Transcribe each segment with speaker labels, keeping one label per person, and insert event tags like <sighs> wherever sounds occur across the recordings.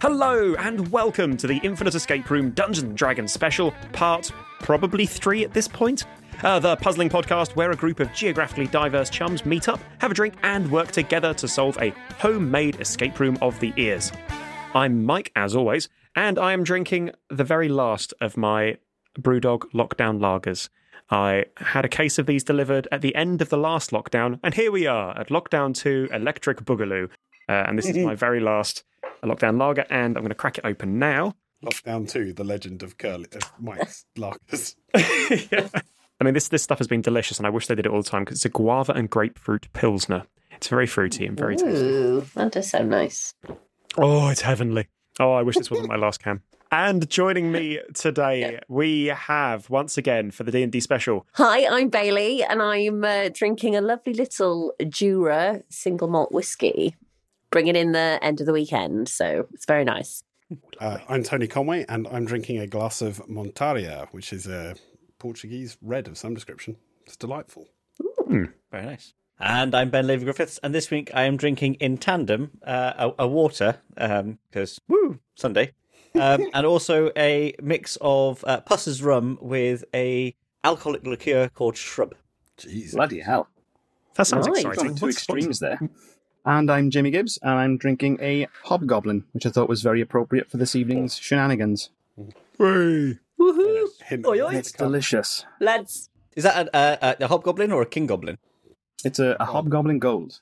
Speaker 1: Hello and welcome to the Infinite Escape Room Dungeon Dragon Special, part probably three at this point. Uh, the puzzling podcast where a group of geographically diverse chums meet up, have a drink, and work together to solve a homemade escape room of the ears. I'm Mike, as always, and I am drinking the very last of my Brewdog lockdown lagers. I had a case of these delivered at the end of the last lockdown, and here we are at lockdown two Electric Boogaloo. Uh, and this is my very last uh, lockdown lager, and I'm going to crack it open now.
Speaker 2: Lockdown 2, The Legend of Curly, of
Speaker 3: <laughs>
Speaker 2: Mike's Larkers.
Speaker 1: Yeah. I mean, this this stuff has been delicious, and I wish they did it all the time because it's a guava and grapefruit pilsner. It's very fruity and very tasty.
Speaker 4: Ooh, that does sound nice.
Speaker 1: Oh, it's heavenly. Oh, I wish this wasn't my last cam. And joining me today, we have once again for the D and D special.
Speaker 4: Hi, I'm Bailey, and I'm uh, drinking a lovely little Jura single malt whiskey, bringing in the end of the weekend. So it's very nice.
Speaker 2: Uh, I'm Tony Conway, and I'm drinking a glass of Montaria, which is a Portuguese red of some description. It's delightful.
Speaker 5: Very nice. And I'm Ben Levy Griffiths, and this week I am drinking in tandem uh, a, a water because woo Sunday, um, and also a mix of uh, Puss's rum with a alcoholic liqueur called Shrub.
Speaker 2: Jeez.
Speaker 6: Bloody hell.
Speaker 1: That sounds
Speaker 4: Nice.
Speaker 1: exciting.
Speaker 6: Gone two
Speaker 1: What's-
Speaker 6: extremes there.
Speaker 3: And I'm Jimmy Gibbs, and I'm drinking a hobgoblin, which I thought was very appropriate for this evening's shenanigans.
Speaker 4: Woohoo!
Speaker 2: Hint-
Speaker 4: Oi, oi.
Speaker 2: hint
Speaker 3: It's
Speaker 2: card.
Speaker 3: delicious.
Speaker 4: Let's.
Speaker 5: Is that a, a, a hobgoblin or a king goblin?
Speaker 3: It's a, a hobgoblin gold,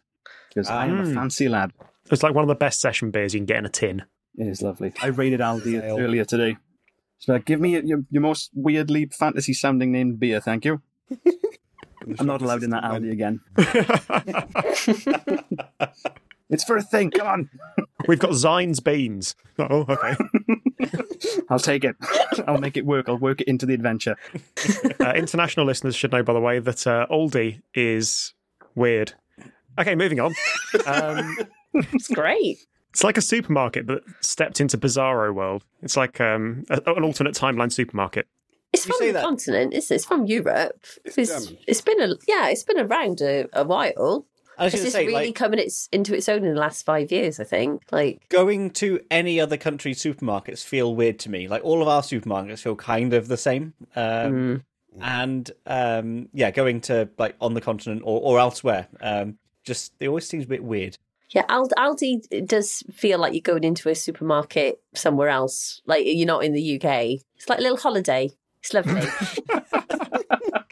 Speaker 3: because I am a fancy lad.
Speaker 1: It's like one of the best session beers you can get in a tin.
Speaker 3: It is lovely. I raided Aldi
Speaker 2: Ale.
Speaker 3: earlier today. So like, give me your, your most weirdly fantasy sounding named beer, thank you. I'm not allowed in that Aldi
Speaker 2: <laughs>
Speaker 3: again. it's for a thing, come on.
Speaker 1: We've got Zine's beans. Oh, okay.
Speaker 3: I'll take it. <laughs> I'll make it work. I'll work it into the adventure.
Speaker 1: uh, international listeners should know, by the way, that uh, Aldi is weird. Okay, moving on. Um,
Speaker 4: It's great.
Speaker 1: It's like a supermarket, but stepped into Bizarro world. It's like um, a, an alternate timeline supermarket.
Speaker 4: It's
Speaker 5: You
Speaker 4: from
Speaker 5: say
Speaker 4: the
Speaker 5: that-
Speaker 4: continent, isn't it? It's from Europe. It's,
Speaker 2: German.
Speaker 4: it's been a yeah, it's been around a, a while.
Speaker 5: um, I
Speaker 4: It's
Speaker 5: was going to
Speaker 4: just
Speaker 5: say,
Speaker 4: really
Speaker 5: like,
Speaker 4: coming its, into its own in the last five years, I think. Like
Speaker 5: going to any other country supermarkets feel weird to me. Like all of our supermarkets feel kind of the same. Um,
Speaker 4: mm.
Speaker 5: and um, yeah, going to like on the continent or, or elsewhere, um, just it always seems a bit weird.
Speaker 4: Yeah, Ald- Aldi does feel like you're going into a supermarket somewhere else. Like you're not in the UK. It's like a little holiday. It's lovely.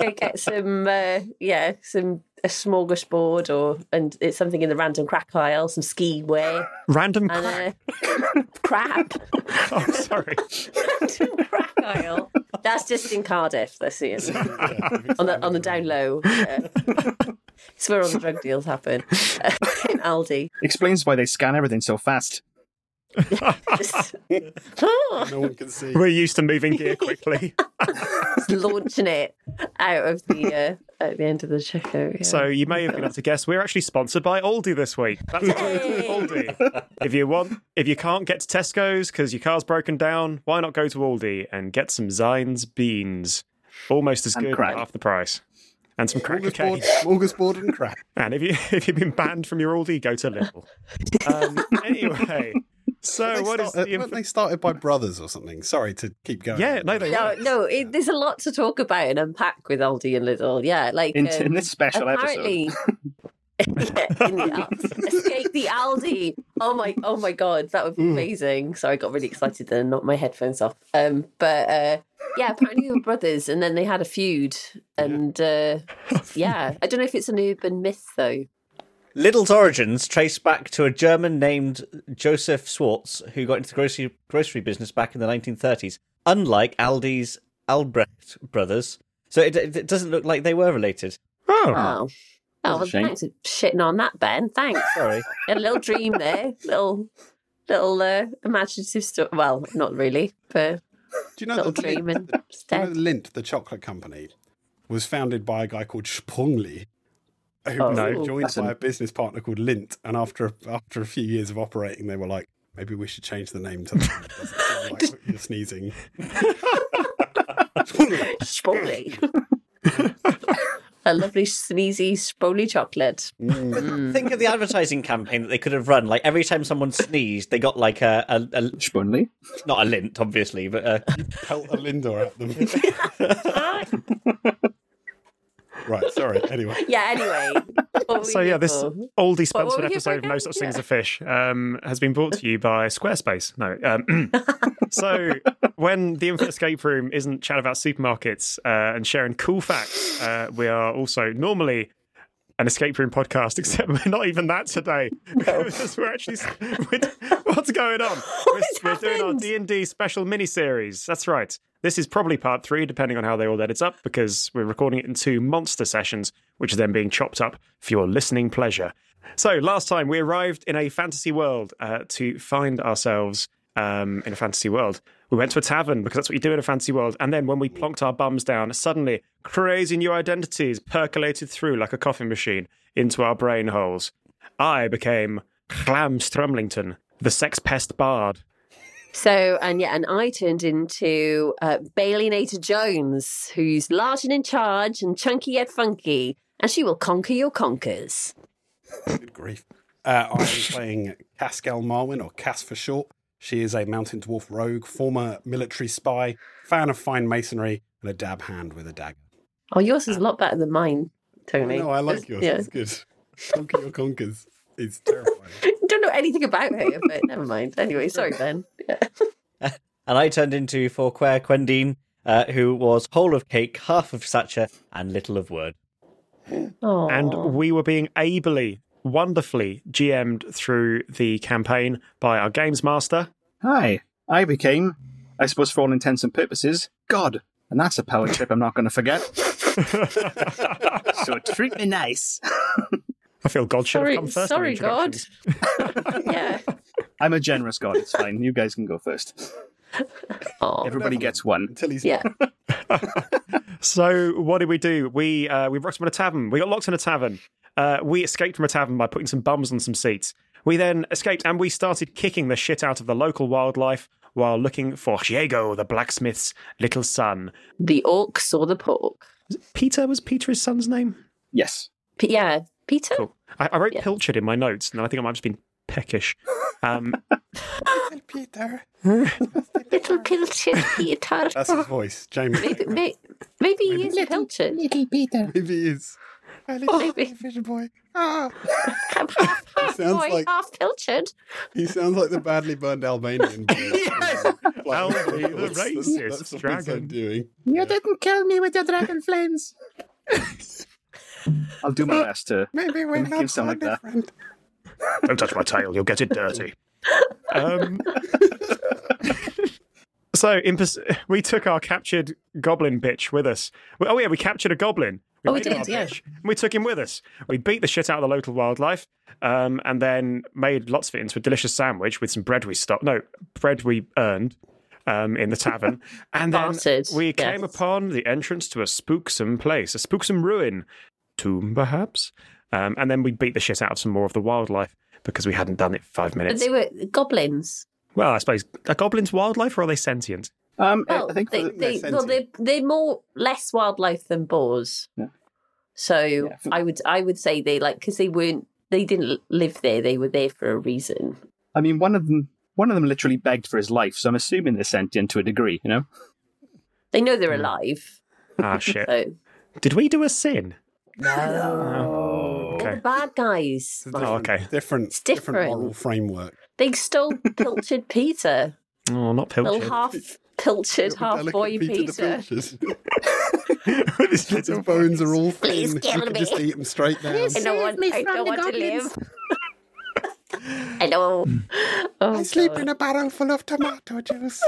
Speaker 4: Go get some, uh, yeah, some a smorgasbord or and it's something in the random crack aisle, some ski wear
Speaker 1: Random
Speaker 4: and
Speaker 1: crack.
Speaker 4: uh, crap,
Speaker 1: <laughs>
Speaker 4: <laughs>
Speaker 1: Oh, sorry.
Speaker 4: random crack aisle. That's just in Cardiff. That's it on the on the down low. Yeah. it's where all the drug deals happen <laughs> in Aldi. <laughs>
Speaker 3: Explains why they scan everything so fast.
Speaker 4: Just- Ah.
Speaker 2: No one can
Speaker 3: <laughs>
Speaker 2: see.
Speaker 1: We're used to moving gear quickly.
Speaker 4: <laughs> launching it out of the uh, at the end of the checkout. Yeah.
Speaker 1: So you may have been able to guess we're actually sponsored by Aldi this week. That's alternative
Speaker 4: Yay.
Speaker 1: Aldi. If you want, if you can't get to Tesco's because your car's broken down, why not go to Aldi and get some Zines beans? Almost as
Speaker 3: And
Speaker 1: good at
Speaker 3: crack.
Speaker 1: half the price. And some cracker
Speaker 2: Smorgasbord,
Speaker 1: cake.
Speaker 2: smorgasbord and
Speaker 1: <laughs>
Speaker 2: crack.
Speaker 1: And if you if you've been banned from your Aldi, go to Lidl. Um, anyway, so
Speaker 2: They
Speaker 1: what is
Speaker 2: started-
Speaker 1: the
Speaker 2: weren't
Speaker 1: inf-
Speaker 2: they started by brothers or something? Sorry to keep going.
Speaker 1: yeah? No, they
Speaker 4: no,
Speaker 1: weren't.
Speaker 4: no, it, there's a lot to talk about and unpack with Aldi and Lidl. Yeah, like
Speaker 3: In,
Speaker 4: um,
Speaker 3: in this special episode. <laughs>
Speaker 4: apparently. <laughs> yeah, in the, escape the Aldi. Oh my, oh my God, that
Speaker 3: Mm.
Speaker 4: would be amazing. Sorry, I got really excited then, and knocked my headphones off. Um, but uh, yeah, apparently they were brothers, and then they had a feud, and uh, yeah, I don't know if it's an urban myth though.
Speaker 5: Lidl's origins trace back to a German named Joseph Schwartz, who got into the grocery, grocery business back in the 1930s, unlike Aldi's Albrecht brothers. So it, it it doesn't look like they were related.
Speaker 1: Oh,
Speaker 4: Oh, oh,
Speaker 3: That's a
Speaker 4: well,
Speaker 3: shame.
Speaker 4: thanks for shitting on that, Ben. Thanks.
Speaker 5: Sorry.
Speaker 4: a little dream
Speaker 1: <laughs>
Speaker 4: there, little little uh, imaginative stuff. Well, not really, but
Speaker 2: Do you know
Speaker 4: little
Speaker 2: that the,
Speaker 4: dream
Speaker 2: Lint, do
Speaker 4: and
Speaker 2: you know
Speaker 1: <laughs>
Speaker 4: instead.
Speaker 2: the Lindt, the chocolate company, was founded by a guy called Spongli, who
Speaker 4: Oh.
Speaker 2: was
Speaker 4: No.
Speaker 2: joined
Speaker 3: That's
Speaker 2: by
Speaker 3: an-
Speaker 2: a business partner called Lint. And after after a few years of operating, they were like, maybe we should change the name to that doesn't sound like what you're sneezing.
Speaker 1: <laughs>
Speaker 4: Spongly. a lovely sneezy spoolie
Speaker 1: <laughs>
Speaker 4: chocolate.
Speaker 5: Think of the advertising campaign that they could have run. Like every time someone sneezed, they got like a, a, a
Speaker 3: Spunley.
Speaker 5: not a lint, obviously, but uh,
Speaker 2: Pelt a Lindor at them. right, sorry. Anyway,
Speaker 4: Yeah. Anyway. what were
Speaker 1: So
Speaker 4: we
Speaker 1: yeah,
Speaker 4: here
Speaker 1: this
Speaker 4: for?
Speaker 1: oldie
Speaker 4: What were
Speaker 1: Spencer
Speaker 4: we here for
Speaker 1: episode of No
Speaker 4: again?
Speaker 1: Such Thing as
Speaker 4: Yeah.
Speaker 1: a Fish um, has been brought to you by Squarespace. No,
Speaker 4: <laughs>
Speaker 1: um, so when the Infinite Escape Room isn't chat about supermarkets uh, and sharing cool facts, uh, we are also normally an escape room podcast. <laughs> Except we're not even that today because <laughs> we're actually we're, <laughs> what's going
Speaker 4: <laughs>
Speaker 1: on? We're,
Speaker 4: What's
Speaker 1: we're doing our
Speaker 4: happened?
Speaker 1: D and D special mini series. That's right. This is probably part three, depending on how they all edit up, because we're recording it in two monster sessions, which are then being chopped up for your listening pleasure. So last time we arrived in a fantasy world uh, to find ourselves um, in a fantasy world. We went to a tavern because that's what you do in a fantasy world. And then when we plonked our bums down, suddenly crazy new identities percolated through like a coffee machine into our brain holes. I became Clam Strumlington, the sex pest bard.
Speaker 4: So and yeah, and I turned into uh, Bailey Nater Jones, who's large and in charge and chunky yet funky, and she will conquer your conkers.
Speaker 2: good grief. Uh, I'm playing Cascal Marwin, or Cass for short. She is a mountain dwarf rogue, former military spy, fan of fine masonry, and a dab hand with a dagger.
Speaker 4: Oh, yours
Speaker 1: Uh,
Speaker 4: is a lot better than mine, Tony.
Speaker 2: No, I like yours.
Speaker 4: Yeah.
Speaker 2: It's good. <laughs> Conquer your conkers. It's terrifying.
Speaker 4: <laughs> Don't know anything
Speaker 1: <laughs>
Speaker 4: about her, but never mind. Anyway, sorry, Ben.
Speaker 5: and I turned into Forquer Quendine, uh, who was whole of cake, half of stature, and little of word.
Speaker 4: Oh,
Speaker 1: And we were being ably, wonderfully GM'd through the campaign by our games master.
Speaker 3: Hi. I became, I suppose, for all intents and purposes, God. And that's a power trip I'm not going to forget. so treat me nice.
Speaker 1: I feel God should
Speaker 4: sorry,
Speaker 1: have come first. on
Speaker 4: sorry, God.
Speaker 1: introductions.
Speaker 4: <laughs>
Speaker 1: <laughs>
Speaker 4: yeah.
Speaker 3: I'm a generous God. It's fine. You guys can go first.
Speaker 4: Oh,
Speaker 3: Everybody gets one.
Speaker 2: Until he's
Speaker 4: yeah.
Speaker 1: So what did we do? We uh, we rocked from a tavern. We got locked in a tavern. Uh, we escaped from a tavern by putting some bums on some seats. We then escaped and we started kicking the shit out of the local wildlife while looking for Diego, the blacksmith's little son.
Speaker 4: The orc saw the pork.
Speaker 1: Peter was Peter his son's name.
Speaker 3: Yes.
Speaker 4: P- yeah, Peter.
Speaker 1: Cool. I, I wrote
Speaker 4: Yeah.
Speaker 1: pilchard in my notes, and I think I might have just been peckish. Um,
Speaker 2: Peter.
Speaker 4: Little
Speaker 1: <laughs>
Speaker 4: Pilchard Peter.
Speaker 2: That's his voice, Jamie.
Speaker 4: <laughs> maybe, may, maybe he is
Speaker 2: <laughs>
Speaker 4: Pilchard.
Speaker 2: Maybe he is. My little
Speaker 4: Oh, Maybe.
Speaker 2: fish boy. Ah. <laughs>
Speaker 4: Half, half, half
Speaker 2: sounds
Speaker 4: boy,
Speaker 2: like-
Speaker 4: half Pilchard.
Speaker 2: He sounds like the badly burned Albanian boy. yes!
Speaker 1: Albie the racist
Speaker 2: That's what I'm
Speaker 1: dragon.
Speaker 2: doing.
Speaker 3: You didn't kill me with your dragon flames. I'll do my best to.
Speaker 2: Maybe we're
Speaker 3: Make him
Speaker 2: not so
Speaker 3: sound like that.
Speaker 2: different.
Speaker 1: Don't touch my tail, you'll get it dirty. Um, <laughs> so in pers- we took our captured goblin bitch with us. We- oh yeah, we captured a goblin.
Speaker 4: Oh, we
Speaker 1: made him
Speaker 4: did,
Speaker 1: our
Speaker 4: yeah.
Speaker 1: bitch, and we took him with us. We beat the shit out of the local wildlife, um, and then made lots of it into a delicious sandwich with some bread we stopped. No, bread we earned. Um, in the
Speaker 4: <laughs>
Speaker 1: tavern, and then
Speaker 4: Bartered,
Speaker 1: we
Speaker 4: yes.
Speaker 1: came upon the entrance to a spooksome place, a spooksome ruin, tomb perhaps, um, and then we beat the shit out of some more of the wildlife because we hadn't done it for five
Speaker 4: But
Speaker 1: minutes.
Speaker 4: they were goblins.
Speaker 1: Well, I suppose are goblins wildlife or are they sentient?
Speaker 3: Um, I-
Speaker 4: Well,
Speaker 3: I think for
Speaker 4: they,
Speaker 3: the-
Speaker 4: they,
Speaker 2: they're
Speaker 4: well, they're, they're more less wildlife than boars.
Speaker 3: Yeah.
Speaker 4: So
Speaker 3: Yeah, for-
Speaker 4: I would I would say they like because they weren't they didn't live there. They were there for a reason.
Speaker 3: I mean, one of them, one of them literally begged for his life. So I'm assuming they're sentient to a degree. You know.
Speaker 4: They know
Speaker 1: Hmm.
Speaker 4: they're alive. <laughs>
Speaker 1: Ah, shit.
Speaker 4: So
Speaker 1: Did we do a sin?
Speaker 4: They're
Speaker 1: Oh, Okay.
Speaker 4: the bad guys.
Speaker 2: It's a
Speaker 4: Mike.
Speaker 2: different,
Speaker 1: Oh, okay.
Speaker 2: Different,
Speaker 4: It's
Speaker 2: different
Speaker 4: different.
Speaker 2: moral framework.
Speaker 1: <laughs>
Speaker 4: They stole Pilchard Peter,
Speaker 1: Oh, not
Speaker 4: little
Speaker 1: Pilchard.
Speaker 4: half Pilchard, half
Speaker 2: Delicate
Speaker 4: boy Peter.
Speaker 2: the <laughs> Pilchard.
Speaker 1: This
Speaker 2: His
Speaker 1: little-
Speaker 2: bones are all thin.
Speaker 4: Please kill
Speaker 2: you can
Speaker 4: me.
Speaker 2: just eat them straight down.
Speaker 4: I don't want, I don't want to live. I know.
Speaker 1: Hmm.
Speaker 4: Oh,
Speaker 2: I sleep
Speaker 4: God.
Speaker 2: in a barrel full of tomato juice.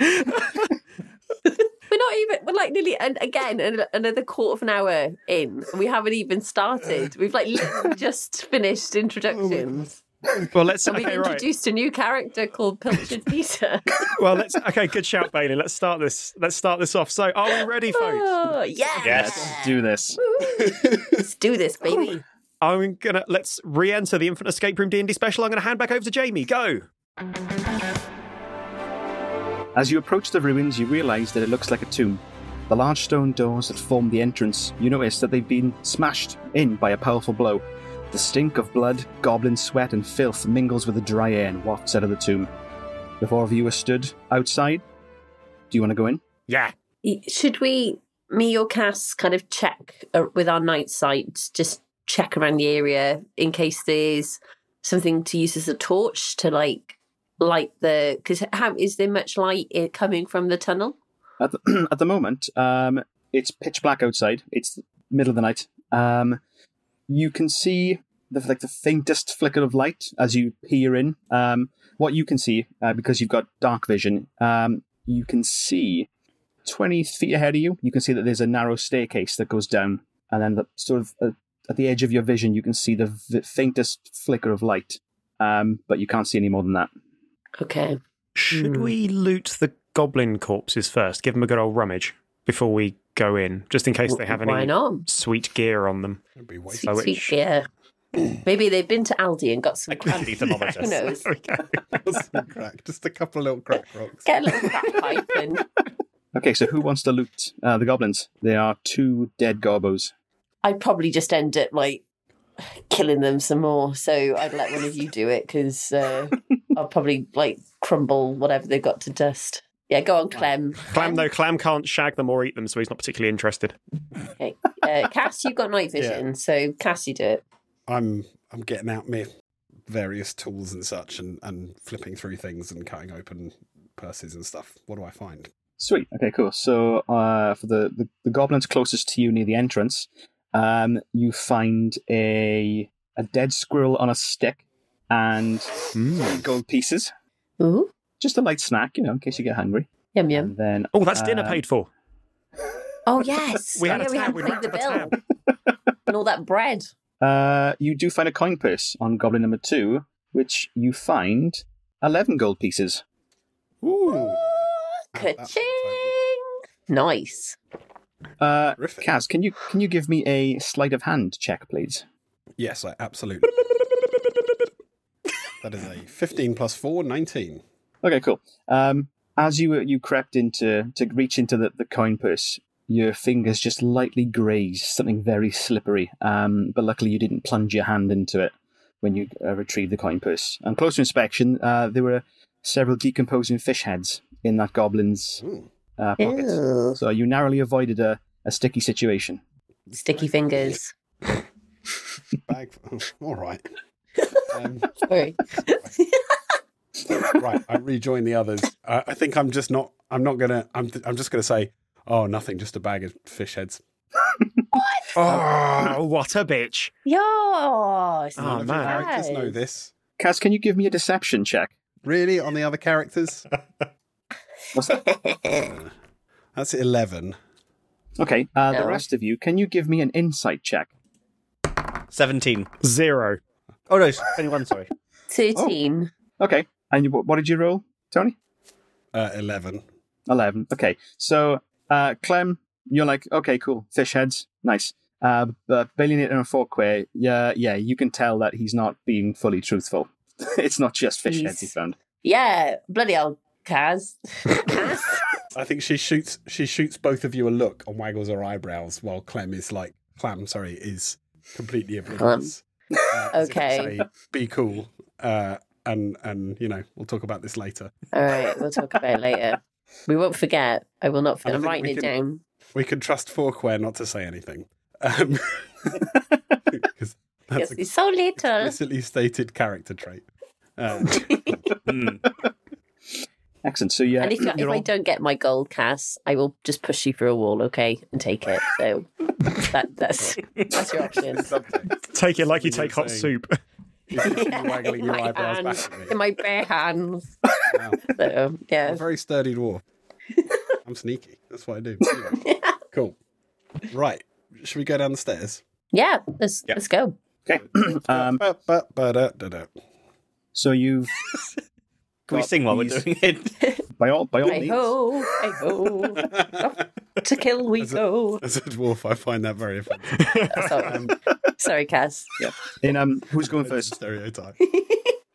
Speaker 4: We're not even, we're like nearly, and again, an, another quarter of an hour in. and We haven't even started. We've like literally just finished introductions.
Speaker 1: Well, let's
Speaker 4: We've
Speaker 1: okay, right.
Speaker 4: introduced a new character called Pilchard Peter.
Speaker 1: <laughs> Well, let's okay. Good shout, Bailey. Let's start this. Let's start this off. So, are we
Speaker 4: <sighs>
Speaker 1: ready, folks?
Speaker 4: oh, yeah.
Speaker 3: Let's do this.
Speaker 4: Let's do this, baby.
Speaker 1: I'm gonna let's re-enter the Infinite Escape Room D and D special. I'm gonna hand back over to Jamie. Go.
Speaker 3: As you approach the ruins, you realize that it looks like a tomb. The large stone doors that form the entrance, you notice that they've been smashed in by a powerful blow. The stink of blood, goblin sweat, and filth mingles with the dry air and wafts out of the tomb. The four of you are stood outside. Do you want to go in?
Speaker 1: Yeah.
Speaker 4: Should we, me or Cass, kind of check uh, with our night sight, just check around the area in case there's something to use as a torch to like light the? Because how is there much light i- coming from the tunnel?
Speaker 3: At the, <clears throat> at the moment, um, it's pitch black outside. It's middle of the night. Um, you can see the like the faintest flicker of light as you peer in. Um, what you can see uh, because you've got dark vision, um, you can see twenty feet ahead of you. You can see that there's a narrow staircase that goes down, and then the, sort of uh, at the edge of your vision, you can see the, v faintest flicker of light. Um, but you can't see any more than that.
Speaker 4: Okay.
Speaker 1: Should
Speaker 4: Hmm.
Speaker 1: we loot the goblin corpses first? Give them a good old rummage before we go in, just in case they have
Speaker 4: Why
Speaker 1: any
Speaker 4: not?
Speaker 1: sweet gear on them.
Speaker 2: It'd be wasted.
Speaker 1: I
Speaker 4: Sweet, sweet
Speaker 1: wish.
Speaker 4: beer.
Speaker 1: <clears throat>
Speaker 4: Maybe they've been to Aldi and got some.
Speaker 5: A candy
Speaker 4: <laughs>
Speaker 5: thermometer.
Speaker 4: Who knows?
Speaker 2: Some crack, just a couple of little crack rocks.
Speaker 4: Get a little crack pipe
Speaker 1: <laughs>
Speaker 4: and
Speaker 3: Okay, so who wants to loot uh, the goblins? There are two dead gobbos.
Speaker 4: I'd probably just end up like killing them some more. So I'd let one of you do it
Speaker 1: <laughs>
Speaker 4: because uh, I'll probably like crumble whatever they've got to dust. Yeah, go on, Clem.
Speaker 1: Clam though, Clam can't shag them or eat them, so he's not particularly interested.
Speaker 4: Okay. Uh, Cass, you've
Speaker 1: <laughs>
Speaker 4: got night vision, so Cass, you do it.
Speaker 2: I'm I'm getting out my various tools and such, and and flipping through things and cutting open purses and stuff. What do I find?
Speaker 3: Sweet. Okay, cool. So uh, for the, the, the goblins closest to you near the entrance, um, you find a a dead squirrel on a stick and gold pieces.
Speaker 4: Ooh,
Speaker 3: Just a light snack, you know, in case you get hungry.
Speaker 4: yum yum.
Speaker 3: And then
Speaker 1: Oh, that's dinner
Speaker 3: um,
Speaker 1: paid for.
Speaker 4: Oh yes,
Speaker 1: We had
Speaker 4: Oh,
Speaker 1: a
Speaker 4: yeah,
Speaker 1: tab. We
Speaker 4: paid
Speaker 1: racked
Speaker 4: the
Speaker 1: up a
Speaker 4: bill
Speaker 1: tab. <laughs>
Speaker 4: and all that bread.
Speaker 3: Uh, you do find a coin purse on goblin number two, which you find eleven gold pieces.
Speaker 2: Ooh,
Speaker 4: Ka-ching! Nice.
Speaker 3: Uh,
Speaker 2: Terrific.
Speaker 3: Kaz, can you can you give me a sleight of hand check, please?
Speaker 2: Yes, I absolutely. that is a 15 plus 4, 19.
Speaker 3: Okay, cool. Um, as you you crept into to reach into the, the coin purse, your fingers just lightly grazed something very slippery. Um, but luckily you didn't plunge your hand into it when you uh, retrieved the coin purse. On closer inspection, uh, there were several decomposing fish heads in that goblin's
Speaker 2: Ooh.
Speaker 3: uh, pockets.
Speaker 4: Ew.
Speaker 3: So you narrowly avoided a, a sticky situation.
Speaker 4: Sticky fingers.
Speaker 2: Bag. oh, all right. Um,
Speaker 4: Sorry.
Speaker 2: right. I rejoin the others. I I think I'm just not. I'm not gonna. I'm. I'm just gonna say. Oh, nothing. Just a bag of fish heads.
Speaker 1: Oh, what a bitch.
Speaker 4: Yes.
Speaker 1: Oh,
Speaker 2: None of the
Speaker 1: man.
Speaker 2: Characters know
Speaker 4: Nice.
Speaker 2: this.
Speaker 3: Kaz, can you give me a deception check?
Speaker 2: Really? On the other
Speaker 4: <laughs>
Speaker 2: characters?
Speaker 3: What's that?
Speaker 2: Uh, That's 11.
Speaker 3: Okay, uh,
Speaker 4: No.
Speaker 3: the rest of you, can you give me an insight check?
Speaker 5: 17.
Speaker 1: Zero.
Speaker 5: Oh, no,
Speaker 4: <laughs>
Speaker 5: 21, sorry.
Speaker 2: Oh.
Speaker 4: Thirteen.
Speaker 3: Okay, and you, what did you roll, Tony?
Speaker 2: Uh, 11.
Speaker 3: 11. Okay. So, uh, Clem, you're like, okay, cool. Fish heads. Nice. Uh, but Billionaire and Forkway, yeah, yeah, you can tell that he's not being fully truthful. <laughs> it's not just fish heads he
Speaker 4: He's-
Speaker 3: found.
Speaker 4: Yeah. Bloody hell, Kaz. Kaz.
Speaker 2: I think she shoots she shoots both of you a look and waggles her eyebrows while Clem is like Clam, sorry, is completely oblivious. Uh, as if to
Speaker 4: Okay.
Speaker 2: say, Be cool. Uh, and and you know, we'll talk about this later.
Speaker 4: All right, we'll talk about it later. We won't forget. I will not forget.
Speaker 2: I
Speaker 4: I'm
Speaker 2: think
Speaker 4: writing
Speaker 2: we
Speaker 4: it
Speaker 2: can-
Speaker 4: down.
Speaker 2: We can trust Forquare not to say anything. Um <laughs> 'cause that's
Speaker 4: Yes,
Speaker 2: a
Speaker 4: it's so little.
Speaker 2: explicitly stated character trait. Um,
Speaker 5: Hmm.
Speaker 3: Excellent. So, yeah.
Speaker 4: and if, if
Speaker 3: you're
Speaker 4: I
Speaker 3: all-
Speaker 4: don't get my gold, Cass, I will just push you through a wall, okay, and take it. So that, that's that's your
Speaker 2: <laughs>
Speaker 4: option.
Speaker 2: subtext.
Speaker 1: Take it like you
Speaker 2: Something
Speaker 1: take
Speaker 2: you're
Speaker 1: hot
Speaker 2: saying.
Speaker 1: soup. <laughs>
Speaker 2: You're just waggling
Speaker 4: <laughs> In
Speaker 2: your
Speaker 4: my
Speaker 2: eyebrows
Speaker 4: hand,
Speaker 2: back at
Speaker 4: in
Speaker 2: me.
Speaker 4: my bare hands.
Speaker 2: Wow.
Speaker 4: So,
Speaker 2: I'm
Speaker 4: yeah.
Speaker 2: a very sturdy dwarf. I'm sneaky. That's what I do. Anyway, cool. Right. Should we go down the stairs?
Speaker 4: Yeah, let's
Speaker 5: Yeah.
Speaker 4: let's go.
Speaker 3: Okay. um,
Speaker 2: Ba- ba- ba- da- da- da.
Speaker 3: so, you've,
Speaker 5: Can we
Speaker 3: Got
Speaker 5: sing while we're
Speaker 3: these-
Speaker 5: doing it? <laughs>
Speaker 3: by all, by all
Speaker 4: Hey
Speaker 3: means.
Speaker 4: ho, hey ho. To kill we
Speaker 2: As a- <laughs>
Speaker 4: go.
Speaker 2: As a dwarf, I find that very offensive. Um,
Speaker 4: Sorry, sorry, Cass.
Speaker 3: In, um, who's going
Speaker 2: It's a
Speaker 3: first?
Speaker 2: stereotype.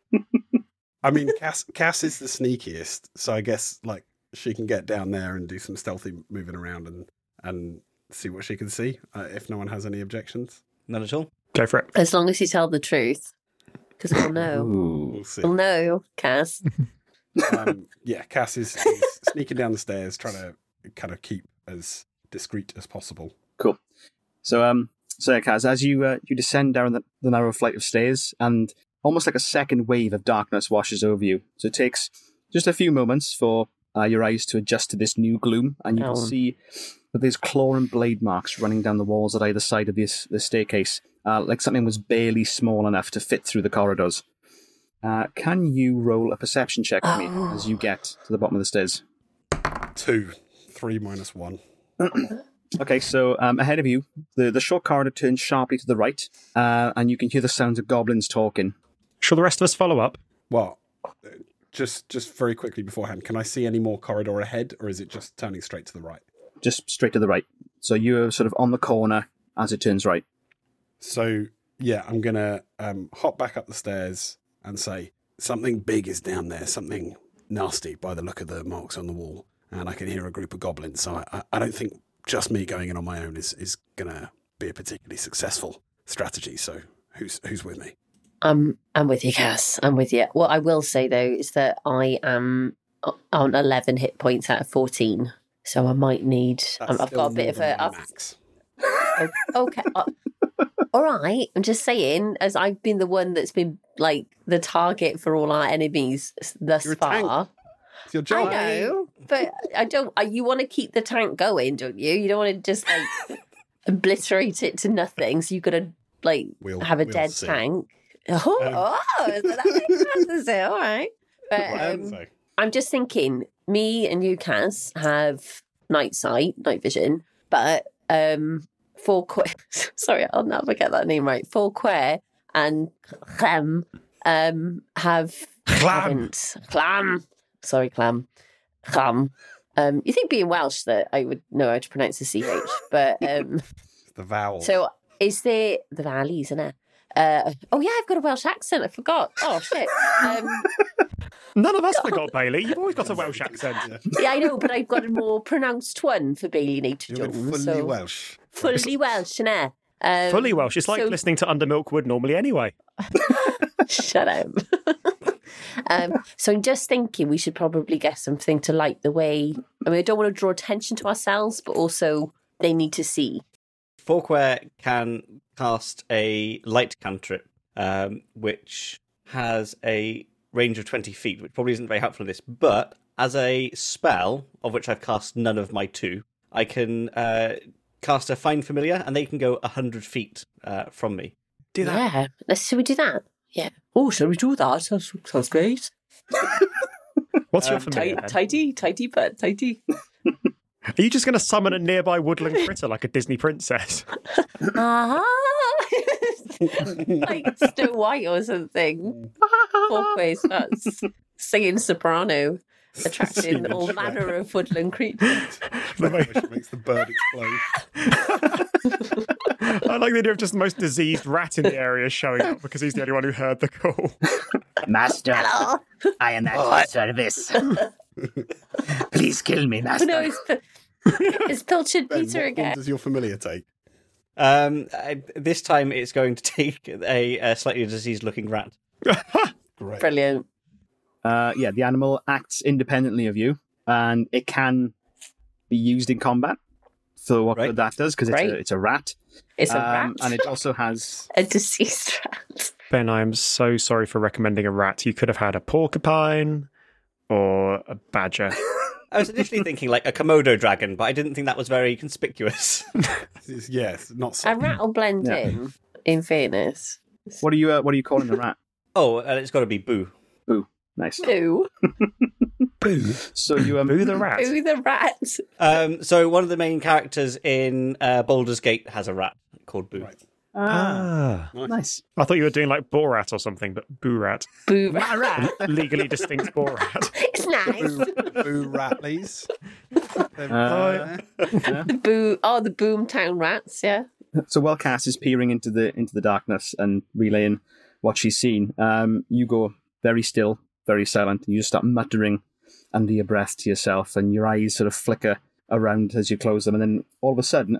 Speaker 2: <laughs> I mean, Cass, Cass is the sneakiest, so I guess like she can get down there and do some stealthy moving around and and see what she can see uh, if no one has any objections.
Speaker 5: None at all.
Speaker 1: Go for it.
Speaker 4: As long as you tell the truth,
Speaker 2: <laughs>
Speaker 4: because we'll know.
Speaker 2: We'll see.
Speaker 4: we'll know, Cass.
Speaker 2: um, yeah, Cass is, is sneaking down the stairs, trying to kind of keep as discreet as possible.
Speaker 3: Cool. So, um, so yeah, Kaz, as you uh, you descend down the, the narrow flight of stairs, and almost like a second wave of darkness washes over you. So it takes just a few moments for uh, your eyes to adjust to this new gloom, and you
Speaker 4: Oh.
Speaker 3: can see that there's claw and blade marks running down the walls at either side of this this staircase, uh, like something was barely small enough to fit through the corridors. Uh, can you roll a perception check for me
Speaker 4: Oh.
Speaker 3: as you get to the bottom of the stairs?
Speaker 2: Two, three minus one.
Speaker 3: Okay, so um, ahead of you, the, the short corridor turns sharply to the right, uh, and you can hear the sounds of goblins talking.
Speaker 1: Shall the rest of us follow up?
Speaker 2: Well, uh, just just very quickly beforehand, can I see any more corridor ahead, or is it just turning straight to the right?
Speaker 3: just straight to the right. So you're sort of on the corner as it turns right.
Speaker 2: So yeah, I'm gonna um, hop back up the stairs and say something big is down there, something nasty by the look of the marks on the wall, and I can hear a group of goblins. So I, I, I don't think just me going in on my own is is gonna be a particularly successful strategy. So who's who's with me?
Speaker 4: I'm I'm with you, Cass. I'm with you. What I will say though is that I am o- on eleven hit points out of fourteen, so I might need.
Speaker 2: That's
Speaker 4: I'm, I've
Speaker 2: still
Speaker 4: got a
Speaker 2: more
Speaker 4: bit of
Speaker 2: than
Speaker 4: a.
Speaker 2: my
Speaker 4: I've,
Speaker 2: max.
Speaker 4: okay, uh, all right. I'm just saying, as I've been the one that's been like the target for all our enemies s- thus
Speaker 2: You're a tank.
Speaker 4: far.
Speaker 2: It's your
Speaker 4: I
Speaker 2: job.
Speaker 4: know, but I don't. I- You want to keep the tank going, don't you? You don't want to just like obliterate it to nothing. So you've got to like
Speaker 2: We'll
Speaker 4: have a
Speaker 2: Oh, we'll
Speaker 4: dead
Speaker 2: see.
Speaker 4: tank. Oh,
Speaker 2: Um,
Speaker 4: oh, is that what to say? All right. But
Speaker 2: Right,
Speaker 4: um,
Speaker 2: so-
Speaker 4: I'm just thinking, me and you, Cass, have night sight, night vision, but um, Four Quare, <laughs> sorry, I'll never get that name right. Four Quare and Clem um, have. haven't- Clam. Sorry, Clam. Clam. Um, you think being Welsh that I would know how to pronounce the CH, but um,
Speaker 2: the vowel.
Speaker 4: so is there the valleys, isn't it? Uh, oh yeah, I've got a Welsh accent. I forgot. Oh shit. Um,
Speaker 1: None <laughs> of us forgot, Bailey. You've always got a Welsh accent.
Speaker 4: yeah, I know, but I've got a more pronounced one for Bailey Nature
Speaker 2: You're
Speaker 4: Jones.
Speaker 2: fully
Speaker 4: so
Speaker 2: Welsh.
Speaker 4: fully Welsh, innit? Um,
Speaker 1: Fully Welsh. It's like
Speaker 4: so-
Speaker 1: listening to Under Milkwood normally anyway.
Speaker 4: <laughs> Shut up. <laughs> um, so I'm just thinking we should probably get something to light the way. I mean, I don't want to draw attention to ourselves, but also they need to see.
Speaker 5: Forkware can cast a light cantrip, um, which has a range of 20 feet, which probably isn't very helpful in this. But as a spell, of which I've cast none of my two, I can uh, cast a Find Familiar, and they can go 100 feet uh, from me.
Speaker 1: Do that.
Speaker 4: Yeah. Let's. Should we do that? Yeah. Oh, shall we do that? Sounds, sounds great.
Speaker 1: What's your
Speaker 5: Um,
Speaker 1: familiar? then?
Speaker 4: tidy, tidy, but tidy.
Speaker 1: Are you just going to summon a nearby <laughs> woodland critter like a Disney <laughs> princess?
Speaker 4: Ah, Uh-huh. like Snow White or something. Fourway starts singing soprano, attracting all manner of woodland creatures.
Speaker 2: The wish makes the
Speaker 4: <laughs>
Speaker 2: bird explode.
Speaker 1: I like the idea of just the most diseased rat in the area showing up because he's the only one who heard the call.
Speaker 6: Master,
Speaker 4: Hello.
Speaker 6: I am at your service. Please kill me,
Speaker 4: Oh,
Speaker 6: Master.
Speaker 4: no, it's, it's Pilchard
Speaker 2: Ben,
Speaker 4: Peter
Speaker 2: what form
Speaker 4: again.
Speaker 2: does your familiar take?
Speaker 5: Um, I, this time it's going to take a, a slightly diseased looking rat.
Speaker 2: Great.
Speaker 4: Brilliant.
Speaker 3: Uh, yeah, the animal acts independently of you, and it can be used in combat. So what
Speaker 5: Right.
Speaker 3: good that does, because it's,
Speaker 4: Right.
Speaker 3: a, it's a rat,
Speaker 4: It's a
Speaker 3: um,
Speaker 4: rat.
Speaker 3: and it
Speaker 6: <laughs>
Speaker 3: also has
Speaker 4: A deceased rat.
Speaker 1: Ben, I am so sorry for recommending a rat. You could have had a porcupine or a <laughs> badger.
Speaker 5: I was initially thinking like a Komodo dragon, but I didn't think that was very conspicuous. <laughs>
Speaker 2: It's- Yes, not so.
Speaker 4: A rat will blend
Speaker 3: Yeah.
Speaker 4: in, in fairness.
Speaker 3: what are you uh, what are you calling the rat?
Speaker 5: oh, and it's got to be Boo.
Speaker 3: Nice.
Speaker 4: Boo.
Speaker 2: Boo.
Speaker 3: So you um,
Speaker 1: Boo the rat.
Speaker 4: Boo the rat.
Speaker 5: Um, so one of the main characters in uh, Baldur's Gate has a rat called Boo.
Speaker 2: Right.
Speaker 3: ah,
Speaker 1: Ah.
Speaker 3: nice.
Speaker 1: I thought you were doing like Borat or something, but Boo Rat.
Speaker 4: Boo rat.
Speaker 1: <laughs> Legally distinct Borat.
Speaker 4: It's nice.
Speaker 2: Boo Ratleys. They're-
Speaker 3: Uh,
Speaker 4: the boo. Oh, the Boomtown rats. Yeah.
Speaker 3: So while Cass is peering into the into the darkness and relaying what she's seen, um, you go very still, very silent. You just start muttering under your breath to yourself, and your eyes sort of flicker around as you close them, and then all of a sudden,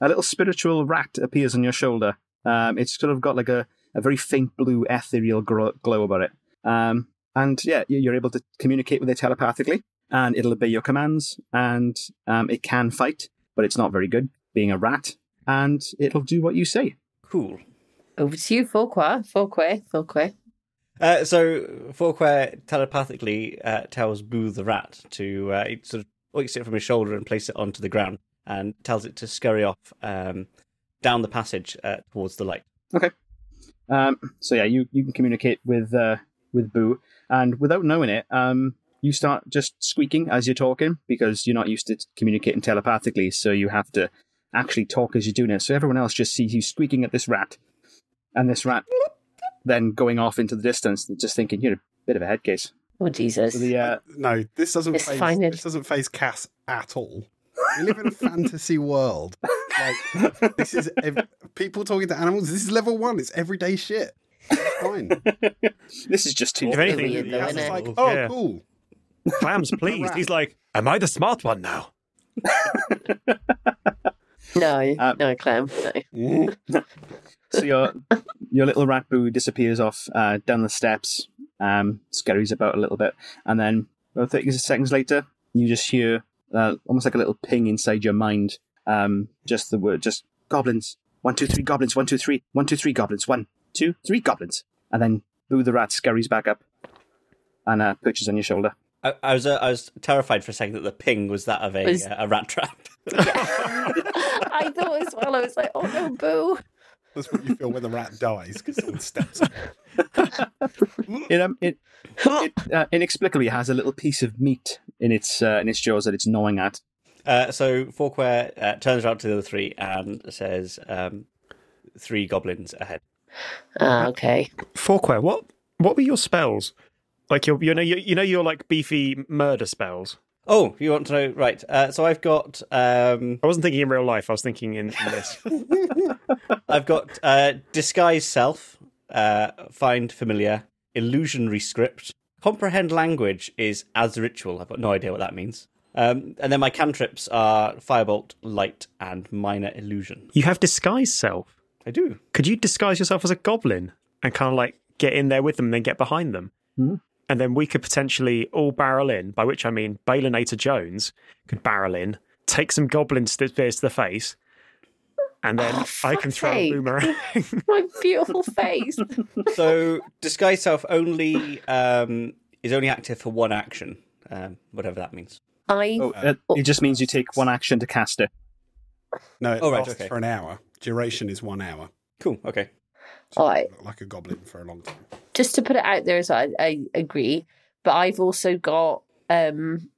Speaker 3: a little spiritual rat appears on your shoulder. Um, it's sort of got like a, a very faint blue ethereal glow, glow about it. Um, and yeah, you- you're able to communicate with it telepathically, and it'll obey your commands, and um, it can fight, but it's not very good being a rat, and it'll do what you say.
Speaker 5: Cool.
Speaker 4: Over to you, Fulqua. Fulqua. Fulqua.
Speaker 5: Uh, so Fouquet telepathically uh, tells Boo the rat to uh, he sort of hoists it from his shoulder and place it onto the ground, and tells it to scurry off um, down the passage uh, towards the light.
Speaker 3: Um, so yeah, you, you can communicate with uh, with Boo, and without knowing it, um, you start just squeaking as you're talking because you're not used to communicating telepathically, so you have to actually talk as you're doing it. So everyone else just sees you squeaking at this rat, and this rat then going off into the distance, and just thinking you're a bit of a head case.
Speaker 4: Oh, Jesus.
Speaker 3: So the uh,
Speaker 2: No, this doesn't
Speaker 4: It's
Speaker 2: phase,
Speaker 4: fine, it-
Speaker 2: this doesn't phase Cass at all. We live in a fantasy world. Like this is ev- people talking to animals. This is level one. It's everyday shit. It's fine.
Speaker 3: this is just too.
Speaker 1: If anything,
Speaker 4: weird, though,
Speaker 1: Cass
Speaker 2: Cass
Speaker 1: is
Speaker 4: isn't it?
Speaker 1: like,
Speaker 2: oh,
Speaker 1: yeah.
Speaker 2: cool.
Speaker 1: <laughs> Clam's pleased. He's like, Am I the smart one now?
Speaker 4: No,
Speaker 3: Uh,
Speaker 4: no, Clem. No.
Speaker 3: So your your little rat boo disappears off uh, down the steps, um, scurries about a little bit, and then about thirty seconds later, you just hear uh, almost like a little ping inside your mind. Um, just the word, just goblins. One, two, three goblins. One, two, three. One, two, three goblins. One, two, three goblins. And then Boo the rat scurries back up and uh, perches on your shoulder.
Speaker 5: I, I was uh, I was terrified for a second that the ping was that of a
Speaker 4: Was-
Speaker 5: uh, a rat trap. <laughs>
Speaker 4: I thought as well. I was like, oh no, boo.
Speaker 2: <laughs> That's what you feel when the rat dies because someone steps. on it.
Speaker 3: It um, it, it uh, inexplicably has a little piece of meat in its uh, in its jaws that it's gnawing at.
Speaker 5: Uh, so Fouquet uh, turns around to the other three and says, um, three goblins ahead.
Speaker 4: Ah, okay.
Speaker 1: Fouquet, what what were your spells? Like your you know your, you know your like beefy murder spells.
Speaker 5: Oh, you want to know? Right. Uh, so I've got um,
Speaker 1: I wasn't thinking in real life. I was thinking in, in <laughs> this.
Speaker 5: I've got uh, disguise self, uh, find familiar, illusionary script, comprehend language is as ritual. I've got no idea what that means. Um, and then my cantrips are firebolt, light, and minor illusion.
Speaker 1: you have disguise self.
Speaker 5: I do.
Speaker 1: Could you disguise yourself as a goblin and kind of like get in there with them, and then get behind them?
Speaker 4: Hmm.
Speaker 1: And then we could potentially all barrel in, by which I mean Balinator Jones could barrel in, take some goblin st- spears to the face, and then I can
Speaker 4: Oh, fuck's
Speaker 1: throw
Speaker 4: sake.
Speaker 1: a boomerang.
Speaker 4: <laughs> My beautiful <laughs> face.
Speaker 5: So disguise self only um, is only active for one action, um, whatever that means.
Speaker 4: I
Speaker 3: Oh, uh, it just means you take one action to cast it.
Speaker 2: No, it
Speaker 5: Oh, right,
Speaker 2: lasts
Speaker 5: okay.
Speaker 2: for an hour. Duration is one hour.
Speaker 5: Cool. Okay.
Speaker 4: All right.
Speaker 2: Look like a goblin for a long time.
Speaker 4: just to put it out there as well, I, I agree. But I've also got um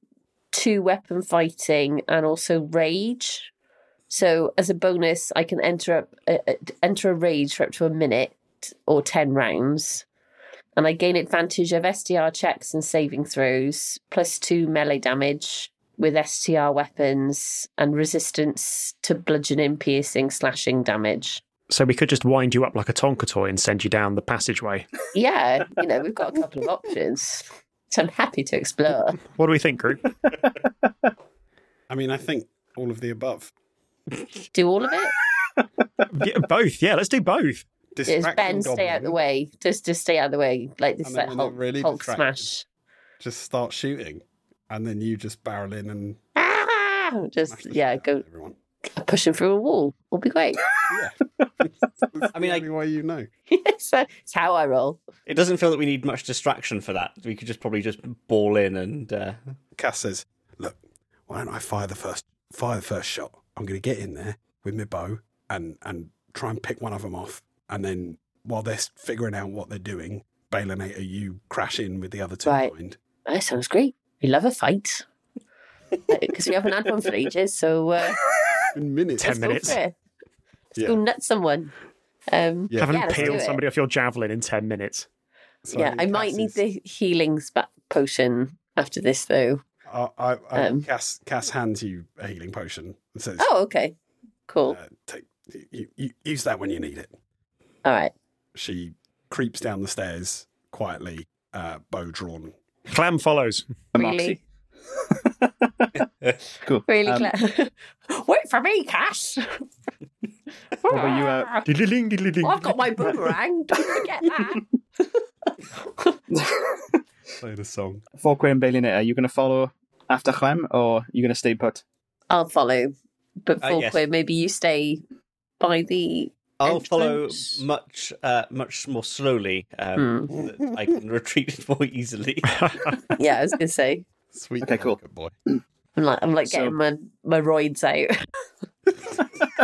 Speaker 4: two weapon fighting and also rage. So as a bonus, I can enter up uh, uh, enter a rage for up to a minute or ten rounds, and I gain advantage of STR checks and saving throws, plus two melee damage with STR weapons and resistance to bludgeoning, piercing, slashing damage.
Speaker 1: So we could just wind you up like a Tonka toy and send you down the passageway.
Speaker 2: <laughs>
Speaker 4: Yeah, you know we've got a couple of options. So I'm happy to explore.
Speaker 1: What do we think,
Speaker 4: <laughs>
Speaker 1: group?
Speaker 2: I mean, I think all of the above.
Speaker 4: do all of it.
Speaker 1: Yeah, both. Yeah, let's do both.
Speaker 4: Is
Speaker 2: Distract
Speaker 4: Ben
Speaker 2: the
Speaker 4: stay out
Speaker 2: goblin,
Speaker 4: the way? Just just stay out the way. Like this
Speaker 2: And then
Speaker 4: like
Speaker 2: when they're
Speaker 4: Hulk,
Speaker 2: really
Speaker 4: Hulk
Speaker 2: distracted.
Speaker 4: smash.
Speaker 2: Just start shooting, and then you just barrel in and
Speaker 4: Ah!
Speaker 2: smash
Speaker 4: Just
Speaker 2: the shit
Speaker 4: yeah,
Speaker 2: out of
Speaker 4: go <laughs>
Speaker 2: everyone.
Speaker 4: push him through a wall. Will be great. <laughs>
Speaker 5: I mean,
Speaker 2: the
Speaker 5: I-
Speaker 2: only way you know.
Speaker 4: so it's how I roll.
Speaker 5: It doesn't feel that we need much distraction for that. We could just probably just ball in and uh,
Speaker 2: Cass says, "Look, why don't I fire the first fire the first shot? I'm going to get in there with my bow and and try and pick one of them off, and then while they're s- figuring out what they're doing, Balinator, you crash in with the other two
Speaker 4: Right.
Speaker 2: behind.
Speaker 4: That Oh, sounds great. We love a fight because we haven't had one for ages.
Speaker 2: <laughs>
Speaker 4: So uh,
Speaker 2: In minutes,
Speaker 4: let's
Speaker 1: Ten
Speaker 4: go
Speaker 1: minutes.
Speaker 4: for it. Let's
Speaker 2: Yeah.
Speaker 4: go nut someone. Um,
Speaker 2: Yeah.
Speaker 1: Have
Speaker 4: Yeah,
Speaker 1: them
Speaker 4: let's do
Speaker 1: peel
Speaker 4: it.
Speaker 1: somebody off your javelin in ten minutes.
Speaker 2: So
Speaker 4: yeah,
Speaker 2: think
Speaker 4: I might
Speaker 2: Cass
Speaker 4: need
Speaker 2: is-
Speaker 4: the healing spa- potion after this though.
Speaker 2: I, I, I
Speaker 4: um,
Speaker 2: Cass, Cass hands you a healing potion and says,
Speaker 4: Oh, okay, cool.
Speaker 2: uh, take, you, you, use that when you need it.
Speaker 4: All right.
Speaker 2: She creeps down the stairs quietly, uh, bow drawn.
Speaker 1: Clam follows.
Speaker 3: Amoxi.
Speaker 4: Really?
Speaker 3: <laughs> Cool.
Speaker 4: Really
Speaker 3: Um,
Speaker 4: <laughs> clever. Wait for me, Cass.
Speaker 3: <laughs>
Speaker 4: Ah,
Speaker 3: What about you? Uh,
Speaker 1: Diddling, diddling.
Speaker 4: I've
Speaker 3: <laughs>
Speaker 4: got my boomerang. Don't forget that.
Speaker 2: Play the song.
Speaker 3: Falkway and Balionet, are you going to follow after Clem or are you going to stay put?
Speaker 4: I'll follow. But
Speaker 5: Uh, yes.
Speaker 4: Falkwear, maybe you stay by the.
Speaker 5: I'll follow
Speaker 4: Entrance.
Speaker 5: much, uh, much more slowly. Um, that I can <laughs> retreat more easily.
Speaker 4: Yeah, I was gonna say.
Speaker 2: Sweet.
Speaker 3: Okay, cool.
Speaker 2: good boy.
Speaker 4: I'm like, I'm like
Speaker 3: So-
Speaker 4: getting my my roids out.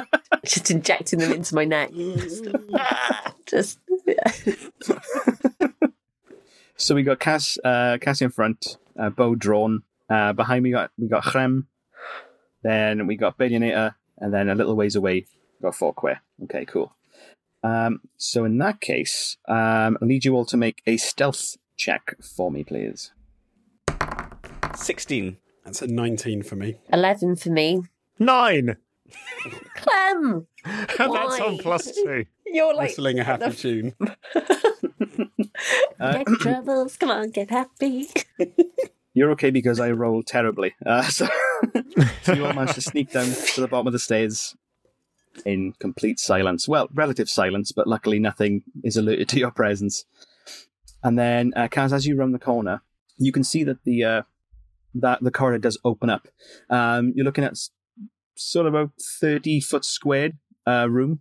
Speaker 3: <laughs>
Speaker 4: Just injecting them into my neck. <laughs> Just yeah.
Speaker 3: So we got Cass, uh, Cass in front, uh, bow drawn. Uh, behind me, got, we got Chrem. Then we got Billionator. And then a little ways away, we got Falkware. Okay, cool. Um, so in that case, um, I need you all to make a stealth check for me, please.
Speaker 5: Sixteen.
Speaker 2: That's a 19 for me.
Speaker 4: eleven for me.
Speaker 1: Nine. <laughs>
Speaker 4: Clem,
Speaker 1: And that's on
Speaker 4: Why?
Speaker 1: plus two.
Speaker 4: you're like
Speaker 2: Whistling a happy
Speaker 4: the-
Speaker 2: tune.
Speaker 3: Uh,
Speaker 4: get troubles. Come on, get happy.
Speaker 3: You're okay because I rolled terribly. Uh, <laughs> so, so you all managed to sneak down to the bottom of the stairs in complete silence. Well, relative silence, but luckily nothing is alerted to your presence. And then, uh, Kaz, as you round the corner, you can see that the uh, that the corridor does open up. Um, you're looking at s- sort of a thirty foot squared uh, room.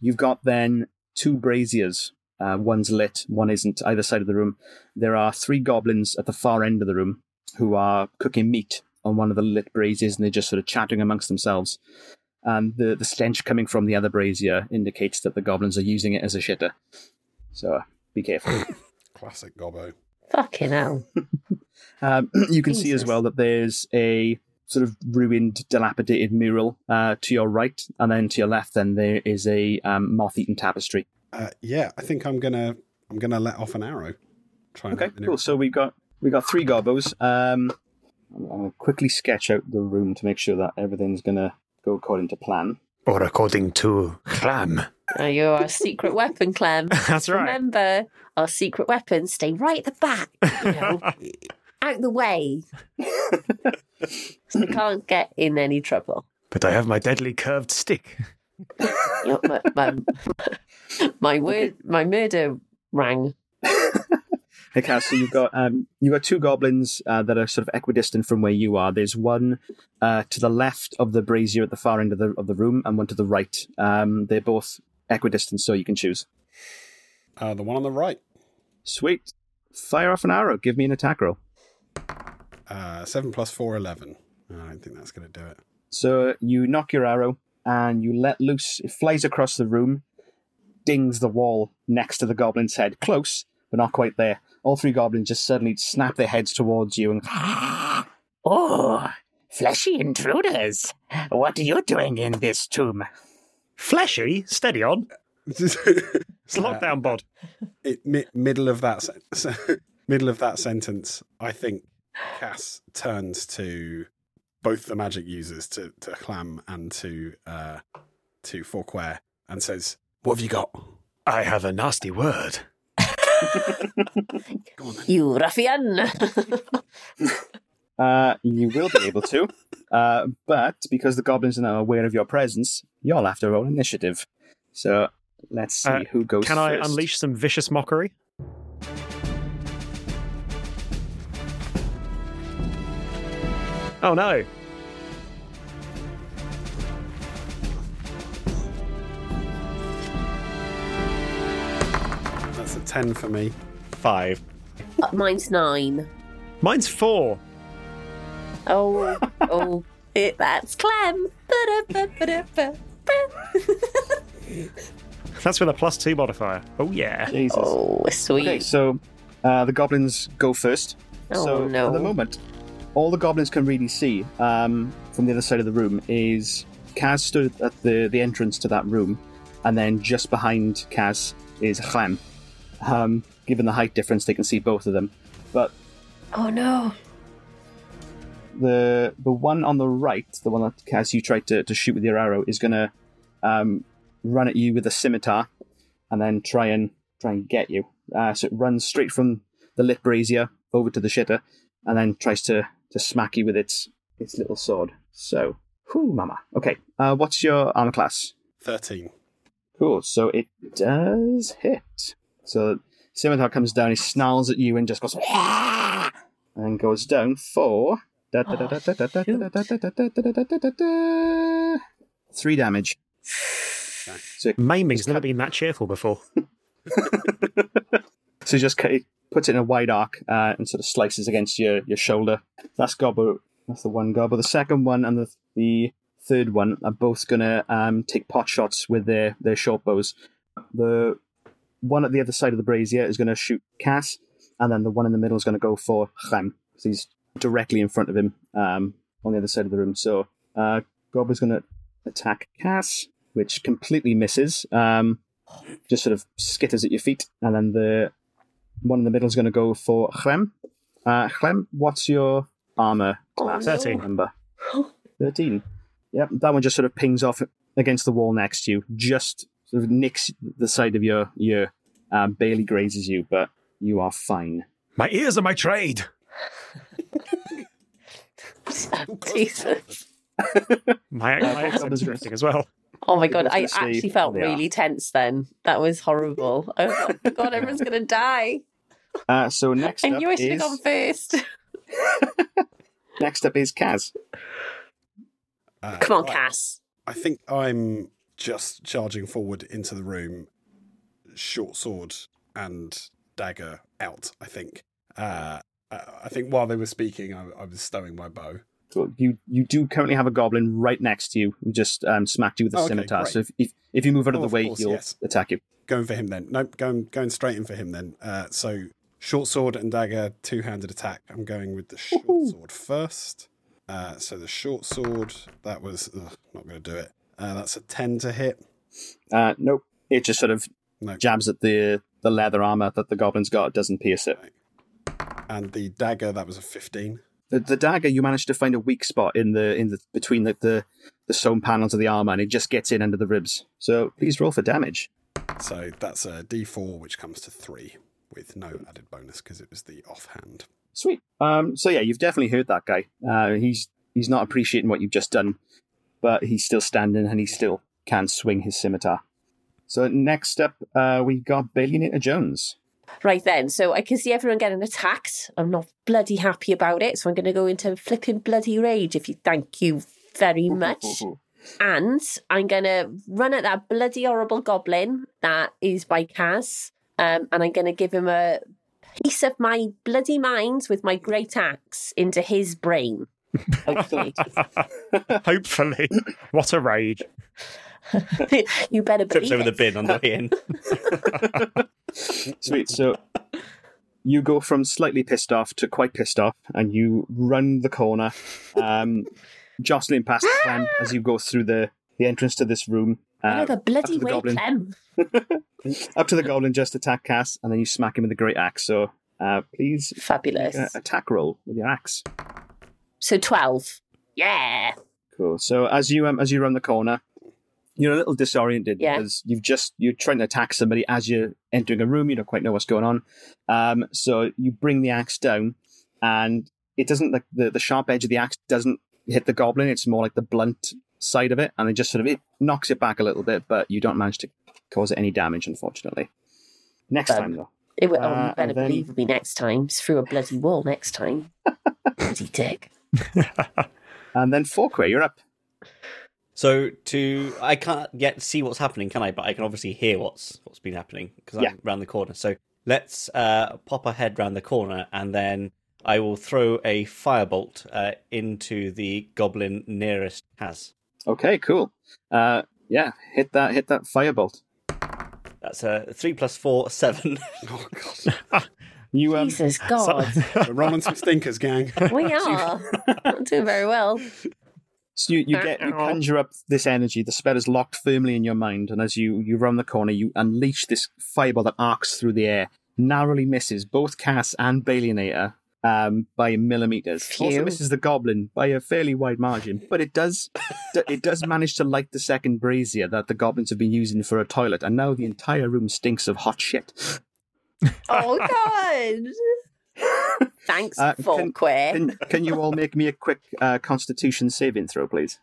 Speaker 3: You've got then two braziers. Uh, one's lit, one isn't. Either side of the room, there are three goblins at the far end of the room who are cooking meat on one of the lit braziers and they're just sort of chatting amongst themselves. And the, the stench coming from the other brazier indicates that the goblins are using it as a shitter. So uh, be careful.
Speaker 2: Classic gobbo.
Speaker 4: Fucking hell.
Speaker 3: um, <clears throat> you can see as
Speaker 4: Jesus.
Speaker 3: well that there's a sort of ruined, dilapidated mural uh, to your right, and then to your left, then there is a um, moth eaten tapestry.
Speaker 2: Uh, yeah, I think I'm gonna I'm gonna let off an arrow. Try and
Speaker 3: Okay,
Speaker 2: hit the
Speaker 3: cool.
Speaker 2: nearest-
Speaker 3: So we got we got three gobos. Um, I'm going to quickly sketch out the room to make sure that everything's going to go according to plan.
Speaker 7: Or according to Clam.
Speaker 4: Oh, you're our secret weapon, Clem.
Speaker 1: <laughs> That's right.
Speaker 4: Remember, our secret weapons stay right at the back,
Speaker 1: <laughs>
Speaker 4: you know, out the way. so we can't get in any trouble.
Speaker 7: But I have my deadly curved stick.
Speaker 4: You know, my, my, my word, my murder rang.
Speaker 3: Okay, so you've got um, you've got two goblins uh, that are sort of equidistant from where you are. There's one uh, to the left of the brazier at the far end of the of the room, and one to the right. Um, they're both equidistant, so you can choose.
Speaker 2: Uh, the one on the right,
Speaker 3: Sweet. Fire off an arrow. Give me an attack roll.
Speaker 2: uh, seven plus four, eleven. I don't think that's gonna do it.
Speaker 3: So you knock your arrow and you let loose. It flies across the room, dings the wall next to the goblin's head. Close, but not quite there. All three goblins just suddenly snap their heads towards you and
Speaker 6: <gasps> Oh, fleshy intruders. What are you doing in this tomb?
Speaker 1: Fleshy, steady on.
Speaker 2: <laughs>
Speaker 1: It's lockdown bod.
Speaker 2: it, mi- middle of that sen- <laughs> so, middle of that sentence, I think Cass turns to both the magic users, to to Clam and to uh, to Forquare, and says, "What have you got?"
Speaker 7: I have a nasty word.
Speaker 4: You ruffian! <laughs>
Speaker 3: Uh, you will be able to, <laughs> uh, but because the goblins are now aware of your presence, you'll have to roll initiative. So let's see
Speaker 1: Uh,
Speaker 3: who goes
Speaker 1: Can I
Speaker 3: first.
Speaker 1: unleash some vicious mockery? Oh no.
Speaker 2: That's a ten for me.
Speaker 5: Five.
Speaker 4: Uh, Mine's nine.
Speaker 1: Mine's four.
Speaker 4: Oh, oh, it, that's Clem. Ba-da-ba-ba-da-ba.
Speaker 1: <laughs> That's with a plus two modifier. Oh yeah.
Speaker 3: Jesus.
Speaker 4: Oh, sweet.
Speaker 3: Okay, so uh, the goblins go first.
Speaker 4: Oh,
Speaker 3: so
Speaker 4: no.
Speaker 3: at the moment, all the goblins can really see um, from the other side of the room is Kaz stood at the, the entrance to that room, and then just behind Kaz is Chlem. Um, given the height difference, they can see both of them. But
Speaker 1: <laughs>
Speaker 4: Oh no.
Speaker 3: the the one on the right, the one that Kaz you tried to, to shoot with your arrow, is gonna um, run at you with a scimitar, and then try and try and get you. Uh, so it runs straight from the lit brazier over to the shitter, and then tries to to smack you with its its little sword. So, whoo, mama. Okay, uh, what's your armor class?
Speaker 2: 13.
Speaker 3: Cool. So it does hit. So Scimitar comes down, he snarls at you and just goes "Wah!" and goes down for three damage. So
Speaker 1: Maiming's never been that cheerful before.
Speaker 3: so he just cut, he puts it in a wide arc uh, and sort of slices against your, your shoulder. That's Gobbo. That's the one Gobbo. The second one and the the third one are both gonna um, take pot shots with their their short bows. The one at the other side of the brazier is gonna shoot Cass, and then the one in the middle is gonna go for Chem. So he's directly in front of him um, on the other side of the room. So uh, Gobbo's gonna attack Cass, which completely misses. Um, just sort of skitters at your feet, and then the one in the middle is going to go for Chlem. Uh, Chlem, what's your armor class?
Speaker 1: 13.
Speaker 3: Remember, thirteen. Yep, that one just sort of pings off against the wall next to you, just sort of nicks the side of your ear, uh, barely grazes you, but you are fine.
Speaker 7: My ears are my trade.
Speaker 4: Jesus.
Speaker 1: My my accent's
Speaker 3: Goblins are-
Speaker 1: interesting as well. <laughs>
Speaker 4: Oh my god,
Speaker 3: People
Speaker 4: I
Speaker 3: can see
Speaker 4: actually felt
Speaker 3: who they are.
Speaker 4: really tense then. That was
Speaker 5: <laughs>
Speaker 4: horrible. Oh my god, everyone's gonna die.
Speaker 3: Uh, so next
Speaker 4: I
Speaker 3: up
Speaker 4: knew I should have
Speaker 3: is
Speaker 4: gone first.
Speaker 5: <laughs>
Speaker 3: next up is Kaz.
Speaker 2: Uh,
Speaker 4: Come on,
Speaker 2: right.
Speaker 4: Cass.
Speaker 2: I think I'm just charging forward into the room, short sword and dagger out. I think. Uh, I I think while they were speaking, I, I was stowing my bow.
Speaker 3: Cool. You you do currently have a goblin right next to you who just um, smacked you with a
Speaker 2: Okay,
Speaker 3: scimitar.
Speaker 2: great.
Speaker 3: So if, if if you move out of
Speaker 2: Oh,
Speaker 3: the
Speaker 2: of
Speaker 3: way,
Speaker 2: course,
Speaker 3: he'll
Speaker 2: yes.
Speaker 3: attack you.
Speaker 2: Going for him then. Nope, going going straight in for him then. Uh, so short sword and dagger, two handed attack. I'm going with the short sword first. Uh, so the short sword that was ugh, not going to do it. Uh, that's a ten to hit.
Speaker 3: Uh, nope. It just sort of
Speaker 2: No,
Speaker 3: jabs at the the leather armor that the goblin's got. It doesn't pierce it.
Speaker 2: and the dagger that was a fifteen.
Speaker 3: The, the dagger you managed to find a weak spot in the in the between the, the the sewn panels of the armor, and it just gets in under the ribs. So please roll for damage.
Speaker 2: So that's a D4, which comes to three with no added bonus because it was the offhand. <laughs>
Speaker 3: Sweet. Um, so yeah, you've definitely hurt that guy. Uh, he's he's not appreciating what you've just done, but he's still standing and he still can swing his scimitar. So next up, uh, we got Billionaire Jones.
Speaker 4: Right then, so I can see everyone getting attacked. I'm not bloody happy about it, so I'm gonna go into flipping bloody rage if you thank you very much. And I'm gonna run at that bloody horrible goblin that is by Kaz. Um, and I'm gonna give him a piece of my bloody mind with my great axe into his brain. <laughs> Hopefully.
Speaker 1: Hopefully. What a rage.
Speaker 4: you better
Speaker 5: Trips
Speaker 4: believe
Speaker 5: over the
Speaker 4: it.
Speaker 5: bin on the way in.
Speaker 3: <laughs> Sweet. So you go from slightly pissed off to quite pissed off, and you run the corner,
Speaker 4: <laughs>
Speaker 3: um, jostling past Clem as you go through the, the entrance to this room.
Speaker 4: I
Speaker 3: Uh,
Speaker 4: know the
Speaker 3: after
Speaker 4: bloody
Speaker 3: the
Speaker 4: way,
Speaker 3: goblin.
Speaker 4: Clem.
Speaker 3: up to the goblin, just attack Cass, and then you smack him with the great axe. So uh, please
Speaker 4: Fabulous.
Speaker 3: uh, attack roll with your axe.
Speaker 4: So 12. Yeah.
Speaker 3: Cool. So as you um, as you run the corner, you're a little disoriented
Speaker 4: Yeah.
Speaker 3: because you've just you're trying to attack somebody as you're entering a room. You don't quite know what's going on. Um, so you bring the axe down, and it doesn't like the, the sharp edge of the axe doesn't hit the goblin. It's more like the blunt side of it, and it just sort of it knocks it back a little bit, but you don't manage to cause it any damage, unfortunately. Next
Speaker 4: Um,
Speaker 3: time though.
Speaker 4: It will, oh,
Speaker 3: Uh,
Speaker 4: you better
Speaker 3: and then-
Speaker 4: believe me next time. It's through a bloody wall next
Speaker 3: <laughs>
Speaker 4: time. bloody dick.
Speaker 3: And then Forquay, you're up.
Speaker 5: So to I can't yet see what's happening, can I? But I can obviously hear what's what's been happening because I'm
Speaker 3: Yeah.
Speaker 5: round the corner. So let's uh, pop our head round the corner, and then I will throw a firebolt uh, into the goblin nearest Has.
Speaker 3: Okay, cool. Uh, yeah, hit that hit that firebolt.
Speaker 5: That's a three plus four <laughs> seven.
Speaker 2: Oh, God.
Speaker 3: You um,
Speaker 4: Jesus
Speaker 3: <laughs>
Speaker 4: God.
Speaker 2: We're rolling some stinkers, gang.
Speaker 4: we are. Not doing very well.
Speaker 3: So you, you get you conjure up this energy. The spell is locked firmly in your mind, and as you you round the corner, you unleash this fireball that arcs through the air, narrowly misses both Cass and Balionator um, by millimeters. Also
Speaker 4: Phew.
Speaker 3: misses the Goblin by a fairly wide margin, but it does d- it does manage to light the second brazier that the goblins have been using for a toilet, <laughs> and now the entire room stinks of hot shit.
Speaker 4: Oh, God. Thanks,
Speaker 3: Uh,
Speaker 4: uh,
Speaker 3: can- Can, can you all make me a quick uh, Constitution saving throw, please?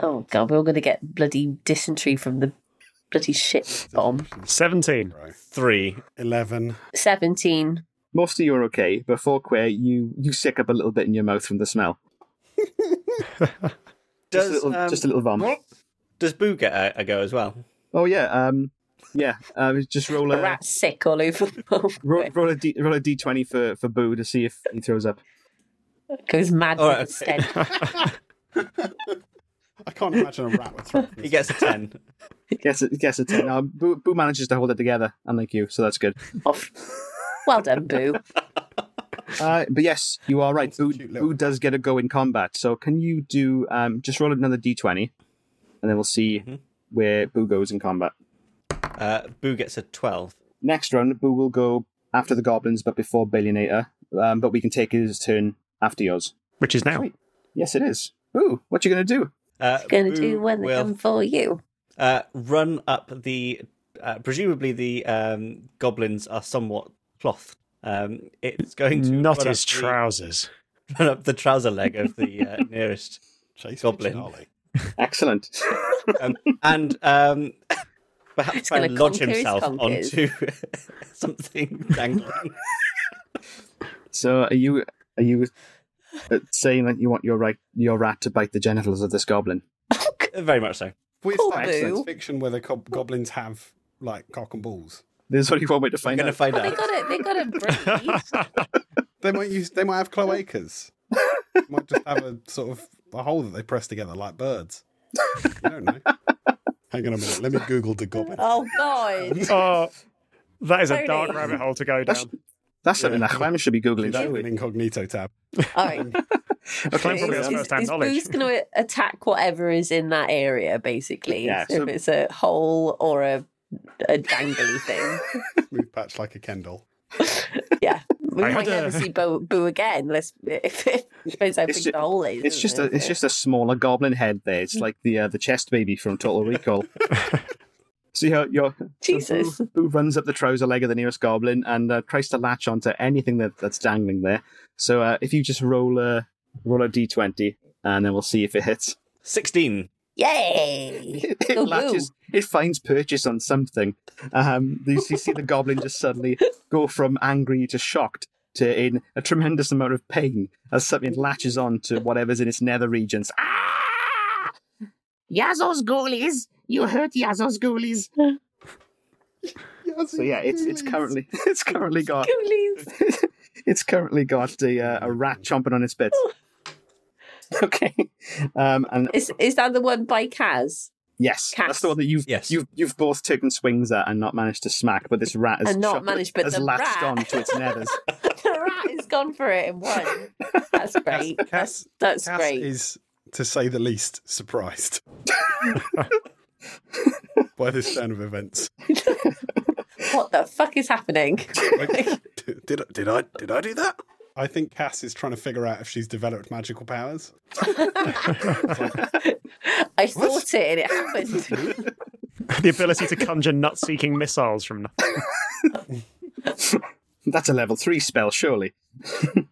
Speaker 4: Oh god, we're all going to get bloody dysentery from the bloody shit bomb.
Speaker 1: 17.
Speaker 5: Three.
Speaker 2: 11.
Speaker 4: Seventeen.
Speaker 3: Most of you are okay, but for Quay, you you sick up a little bit in your mouth from the smell.
Speaker 5: Does,
Speaker 3: just, a little,
Speaker 5: um,
Speaker 3: just a little vom.
Speaker 5: Does Boo get a, a go as well?
Speaker 3: Oh yeah, um, yeah. Uh, just roll
Speaker 4: A
Speaker 3: a
Speaker 4: rat sick all over the world.
Speaker 3: roll, roll a d roll a d twenty for for Boo to see if he throws up.
Speaker 4: Goes mad
Speaker 5: All
Speaker 4: with
Speaker 5: right.
Speaker 4: the stench.
Speaker 2: I can't imagine a rat with throw.
Speaker 5: He gets a ten.
Speaker 3: <laughs> Guess it, guess it. Now Boo, Boo manages to hold it together, unlike you, so that's good.
Speaker 4: off. Well done, Boo.
Speaker 3: Uh, but yes, you are right. Boo,
Speaker 2: cute little-
Speaker 3: Boo does get a go in combat. So can you do um, just roll another d twenty, and then we'll see where Boo goes in combat.
Speaker 5: uh, Boo gets a twelve.
Speaker 3: next round, Boo will go after the goblins, but before Billionator. Um, but we can take his turn after yours.
Speaker 1: Which is now.
Speaker 3: Yes, it is. Boo, what you gonna do?
Speaker 5: Uh,
Speaker 4: Going
Speaker 5: Boo
Speaker 4: to do when they
Speaker 5: will,
Speaker 4: come for you.
Speaker 5: uh, run up the. Uh, presumably, the um, goblins are somewhat clothed. Um, it's going to
Speaker 7: Not
Speaker 5: run
Speaker 7: his
Speaker 5: up the-
Speaker 7: trousers.
Speaker 5: run up the trouser leg of
Speaker 7: <laughs>
Speaker 5: the uh, nearest
Speaker 2: Chase
Speaker 5: Goblin.
Speaker 2: Charlie.
Speaker 3: Excellent.
Speaker 5: um, and um, perhaps try
Speaker 4: gonna
Speaker 5: and lodge
Speaker 4: conquer his
Speaker 5: himself
Speaker 4: conquers.
Speaker 5: onto <laughs> something
Speaker 7: <laughs>
Speaker 5: dangling.
Speaker 3: so are you are you uh, saying that you want your right your rat to bite the genitals of this goblin?
Speaker 5: Very much so.
Speaker 2: Weird
Speaker 4: Cool,
Speaker 2: science
Speaker 4: Boo.
Speaker 2: fiction where the co- goblins have like cock and balls.
Speaker 3: There's only one way to
Speaker 5: I'm
Speaker 3: find
Speaker 5: going to
Speaker 3: out.
Speaker 5: find
Speaker 4: Well, Oh, they
Speaker 5: out.
Speaker 4: got it. They got to breathe.
Speaker 3: <laughs>
Speaker 2: They might use. They might have cloacas. might just have a sort of a hole that they press together like birds. I don't know. Hang on a minute. Let me Google the goblin.
Speaker 4: oh <laughs> God!
Speaker 1: Oh, that is a dark
Speaker 4: Tony.
Speaker 1: rabbit hole to go
Speaker 3: That's-
Speaker 1: down.
Speaker 3: That's something that Clem should be googling.
Speaker 2: That's an
Speaker 3: That
Speaker 2: incognito tab.
Speaker 4: All right.
Speaker 1: Clem probably has
Speaker 4: Is- is,
Speaker 1: first-hand
Speaker 4: is
Speaker 1: knowledge.
Speaker 4: Boo's going to attack whatever is in that area, basically?
Speaker 3: Yeah,
Speaker 4: if
Speaker 3: so-
Speaker 4: it's a hole or a, a dangly
Speaker 3: <laughs>
Speaker 4: thing.
Speaker 2: Move patch like a Kendall.
Speaker 4: Yeah, we
Speaker 1: I
Speaker 4: might
Speaker 1: had
Speaker 4: never
Speaker 1: a-
Speaker 4: see Boo, Boo again. Let's <laughs> if, if depends how
Speaker 3: It's
Speaker 4: big
Speaker 3: ju-
Speaker 4: the hole is.
Speaker 3: It's
Speaker 4: isn't
Speaker 3: just a
Speaker 4: it?
Speaker 3: it's just a smaller goblin head there. It's like the uh, the chest baby from Total Recall. See how your
Speaker 4: Jesus.
Speaker 3: Who, who runs up the trouser leg of the nearest goblin and uh, tries to latch onto anything that, that's dangling there. So uh, if you just roll a roll a d20, and then we'll see if it hits.
Speaker 5: Sixteen.
Speaker 3: <laughs>
Speaker 4: Yay!
Speaker 3: It,
Speaker 4: Go Boo.
Speaker 3: latches. It finds purchase on something. Um, you, see- see the goblin just suddenly go from angry to shocked to in a tremendous amount of pain as something latches on to whatever's in its nether regions.
Speaker 6: Ah! Yazos ghoulies! You hurt Yazos ghoulies!
Speaker 3: So yeah, it's it's currently <laughs> it's currently got
Speaker 4: Ghoulies.
Speaker 3: it's currently got a, uh, a rat chomping on its bits. okay, um, and
Speaker 4: Is is that the one by Kaz?
Speaker 3: yes,
Speaker 4: Cats.
Speaker 3: that's the one that you've
Speaker 5: Yes.
Speaker 3: you've you've both taken swings at and not managed to smack, but this rat has
Speaker 4: And not
Speaker 3: shot-
Speaker 4: managed, but
Speaker 3: has
Speaker 4: the
Speaker 3: latched
Speaker 4: rat.
Speaker 3: on
Speaker 4: <laughs>
Speaker 3: to its nethers.
Speaker 4: the rat has gone for it and won. That's great.
Speaker 2: Cass,
Speaker 4: That's
Speaker 2: Cass
Speaker 4: great.
Speaker 2: is, to say the least, surprised by this turn of events.
Speaker 4: What the fuck is happening?
Speaker 3: <laughs>
Speaker 2: Like, did, did I did I do that? I think Cass is trying to figure out if she's developed magical powers.
Speaker 4: I thought it and it happened.
Speaker 1: the ability to conjure nut-seeking missiles from nothing.
Speaker 3: That's a level three spell, surely. and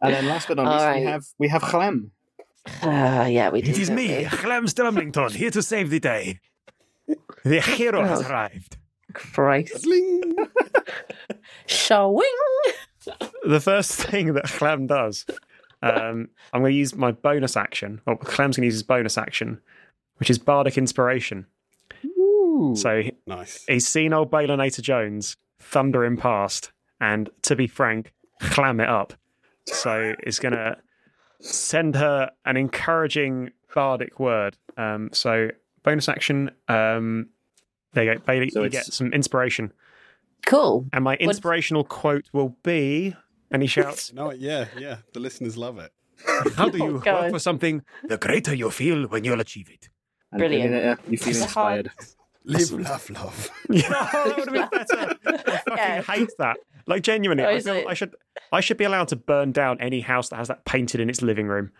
Speaker 3: then last but not
Speaker 4: All
Speaker 3: least,
Speaker 4: right.
Speaker 3: we have we have Clem.
Speaker 4: Ah, yeah, we did.
Speaker 7: It is
Speaker 4: don't
Speaker 7: me,
Speaker 4: <laughs> we?
Speaker 7: Clem Strumlington, here to save the day. The hero has arrived.
Speaker 4: Christ.
Speaker 2: Bling!
Speaker 4: Shawing.
Speaker 1: The first thing that Clem does, um, I'm going to use my bonus action. Well, Clem's going to use his bonus action, which is bardic inspiration. So
Speaker 2: Nice.
Speaker 1: he's seen old Balinator Jones thunder him past, and to be frank, clam it up. So it's going to send her an encouraging bardic word. Um, so bonus action. Um, there you go, Bailey.
Speaker 3: So
Speaker 1: you
Speaker 3: it's-
Speaker 1: get some inspiration,
Speaker 4: Cool.
Speaker 1: and my inspirational quote will be. And he
Speaker 4: <laughs>
Speaker 1: shouts,
Speaker 2: No, yeah, yeah. The listeners love it.
Speaker 7: How do you
Speaker 4: Oh, God.
Speaker 7: work for something? The greater you feel when you'll achieve it.
Speaker 3: And
Speaker 4: Brilliant.
Speaker 3: Billionaire, You feel
Speaker 4: It's a hard-
Speaker 3: inspired.
Speaker 2: Live, love, love.
Speaker 1: "Yeah, that would have been
Speaker 4: <laughs>
Speaker 1: better." I fucking
Speaker 4: Yeah.
Speaker 1: hate that. Like genuinely, I, feel
Speaker 4: Honestly.
Speaker 1: I should I should be allowed to burn down any house that has that painted in its living room.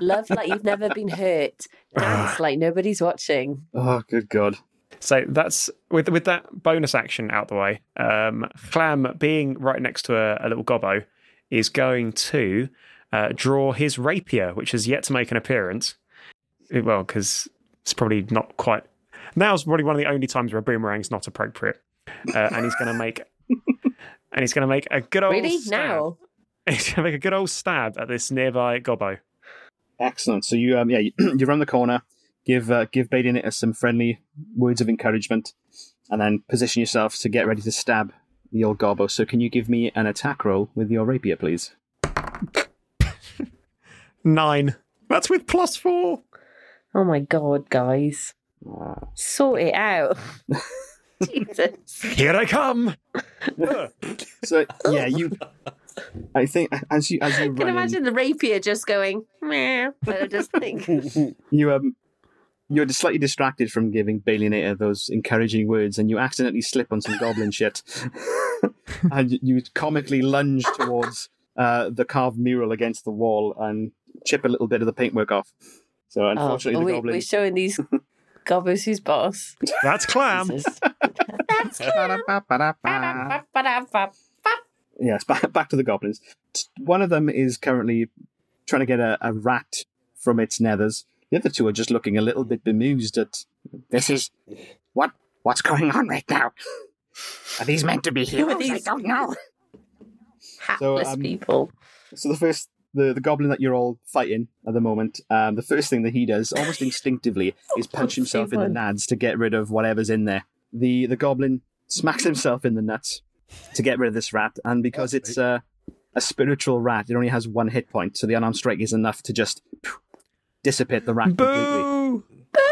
Speaker 4: Love like you've never been hurt. Dance like nobody's watching.
Speaker 3: Oh, good God.
Speaker 1: So that's with with that bonus action out the way. Um, Clam, being right next to a, a little gobbo, is going to uh, draw his rapier, which has yet to make an appearance. Eh, Well, because it's probably not quite. Now's probably one of the only times where a boomerang's not appropriate, uh, and he's going to make <laughs> and he's going to make a good old
Speaker 4: Really?
Speaker 1: stab.
Speaker 4: Now?
Speaker 1: <laughs> he's going to make a good old stab at this nearby gobbo.
Speaker 3: Excellent. So you, um, yeah, you, <clears throat> you run the corner, give uh, give Badin some friendly words of encouragement, and then position yourself to get ready to stab the old Garbo. So can you give me an attack roll with your rapier, please?
Speaker 1: Nine. That's with plus four.
Speaker 4: Oh my god, guys. Sort it out. <laughs> Jesus.
Speaker 1: Here I come.
Speaker 3: So yeah, you. I think as you as you
Speaker 4: I can
Speaker 3: run, in,
Speaker 4: imagine the rapier just going, meh. But I just think,
Speaker 3: you um. You're just slightly distracted from giving Balionator those encouraging words, and you accidentally slip on some goblin shit, <laughs> and you- you comically lunge towards uh, the carved mural against the wall and chip a little bit of the paintwork off. So
Speaker 4: oh,
Speaker 3: unfortunately, the
Speaker 4: we,
Speaker 3: goblin
Speaker 4: we're showing these gobbers who's boss.
Speaker 1: That's Clam.
Speaker 4: <laughs> Jesus.
Speaker 3: Ba-da-ba-ba-da-ba. Yes, <laughs> back, back to the goblins. T- One of them is currently trying to get a, a rat from its nethers. The other two are just looking a little bit bemused at
Speaker 6: This is what what's going on right now. Are these meant to be heroes? I
Speaker 4: these-
Speaker 6: don't know.
Speaker 3: So,
Speaker 4: Hapless
Speaker 3: um,
Speaker 4: people.
Speaker 3: so the first the, the goblin that you're all fighting at the moment. Um, the first thing that he does, almost instinctively, is punch himself in the nads to get rid of whatever's in there. The the goblin smacks himself in the nuts to get rid of this rat, and because it's uh, a spiritual rat, it only has one hit point, so the unarmed strike is enough to just phew, dissipate the rat completely.
Speaker 1: Boo.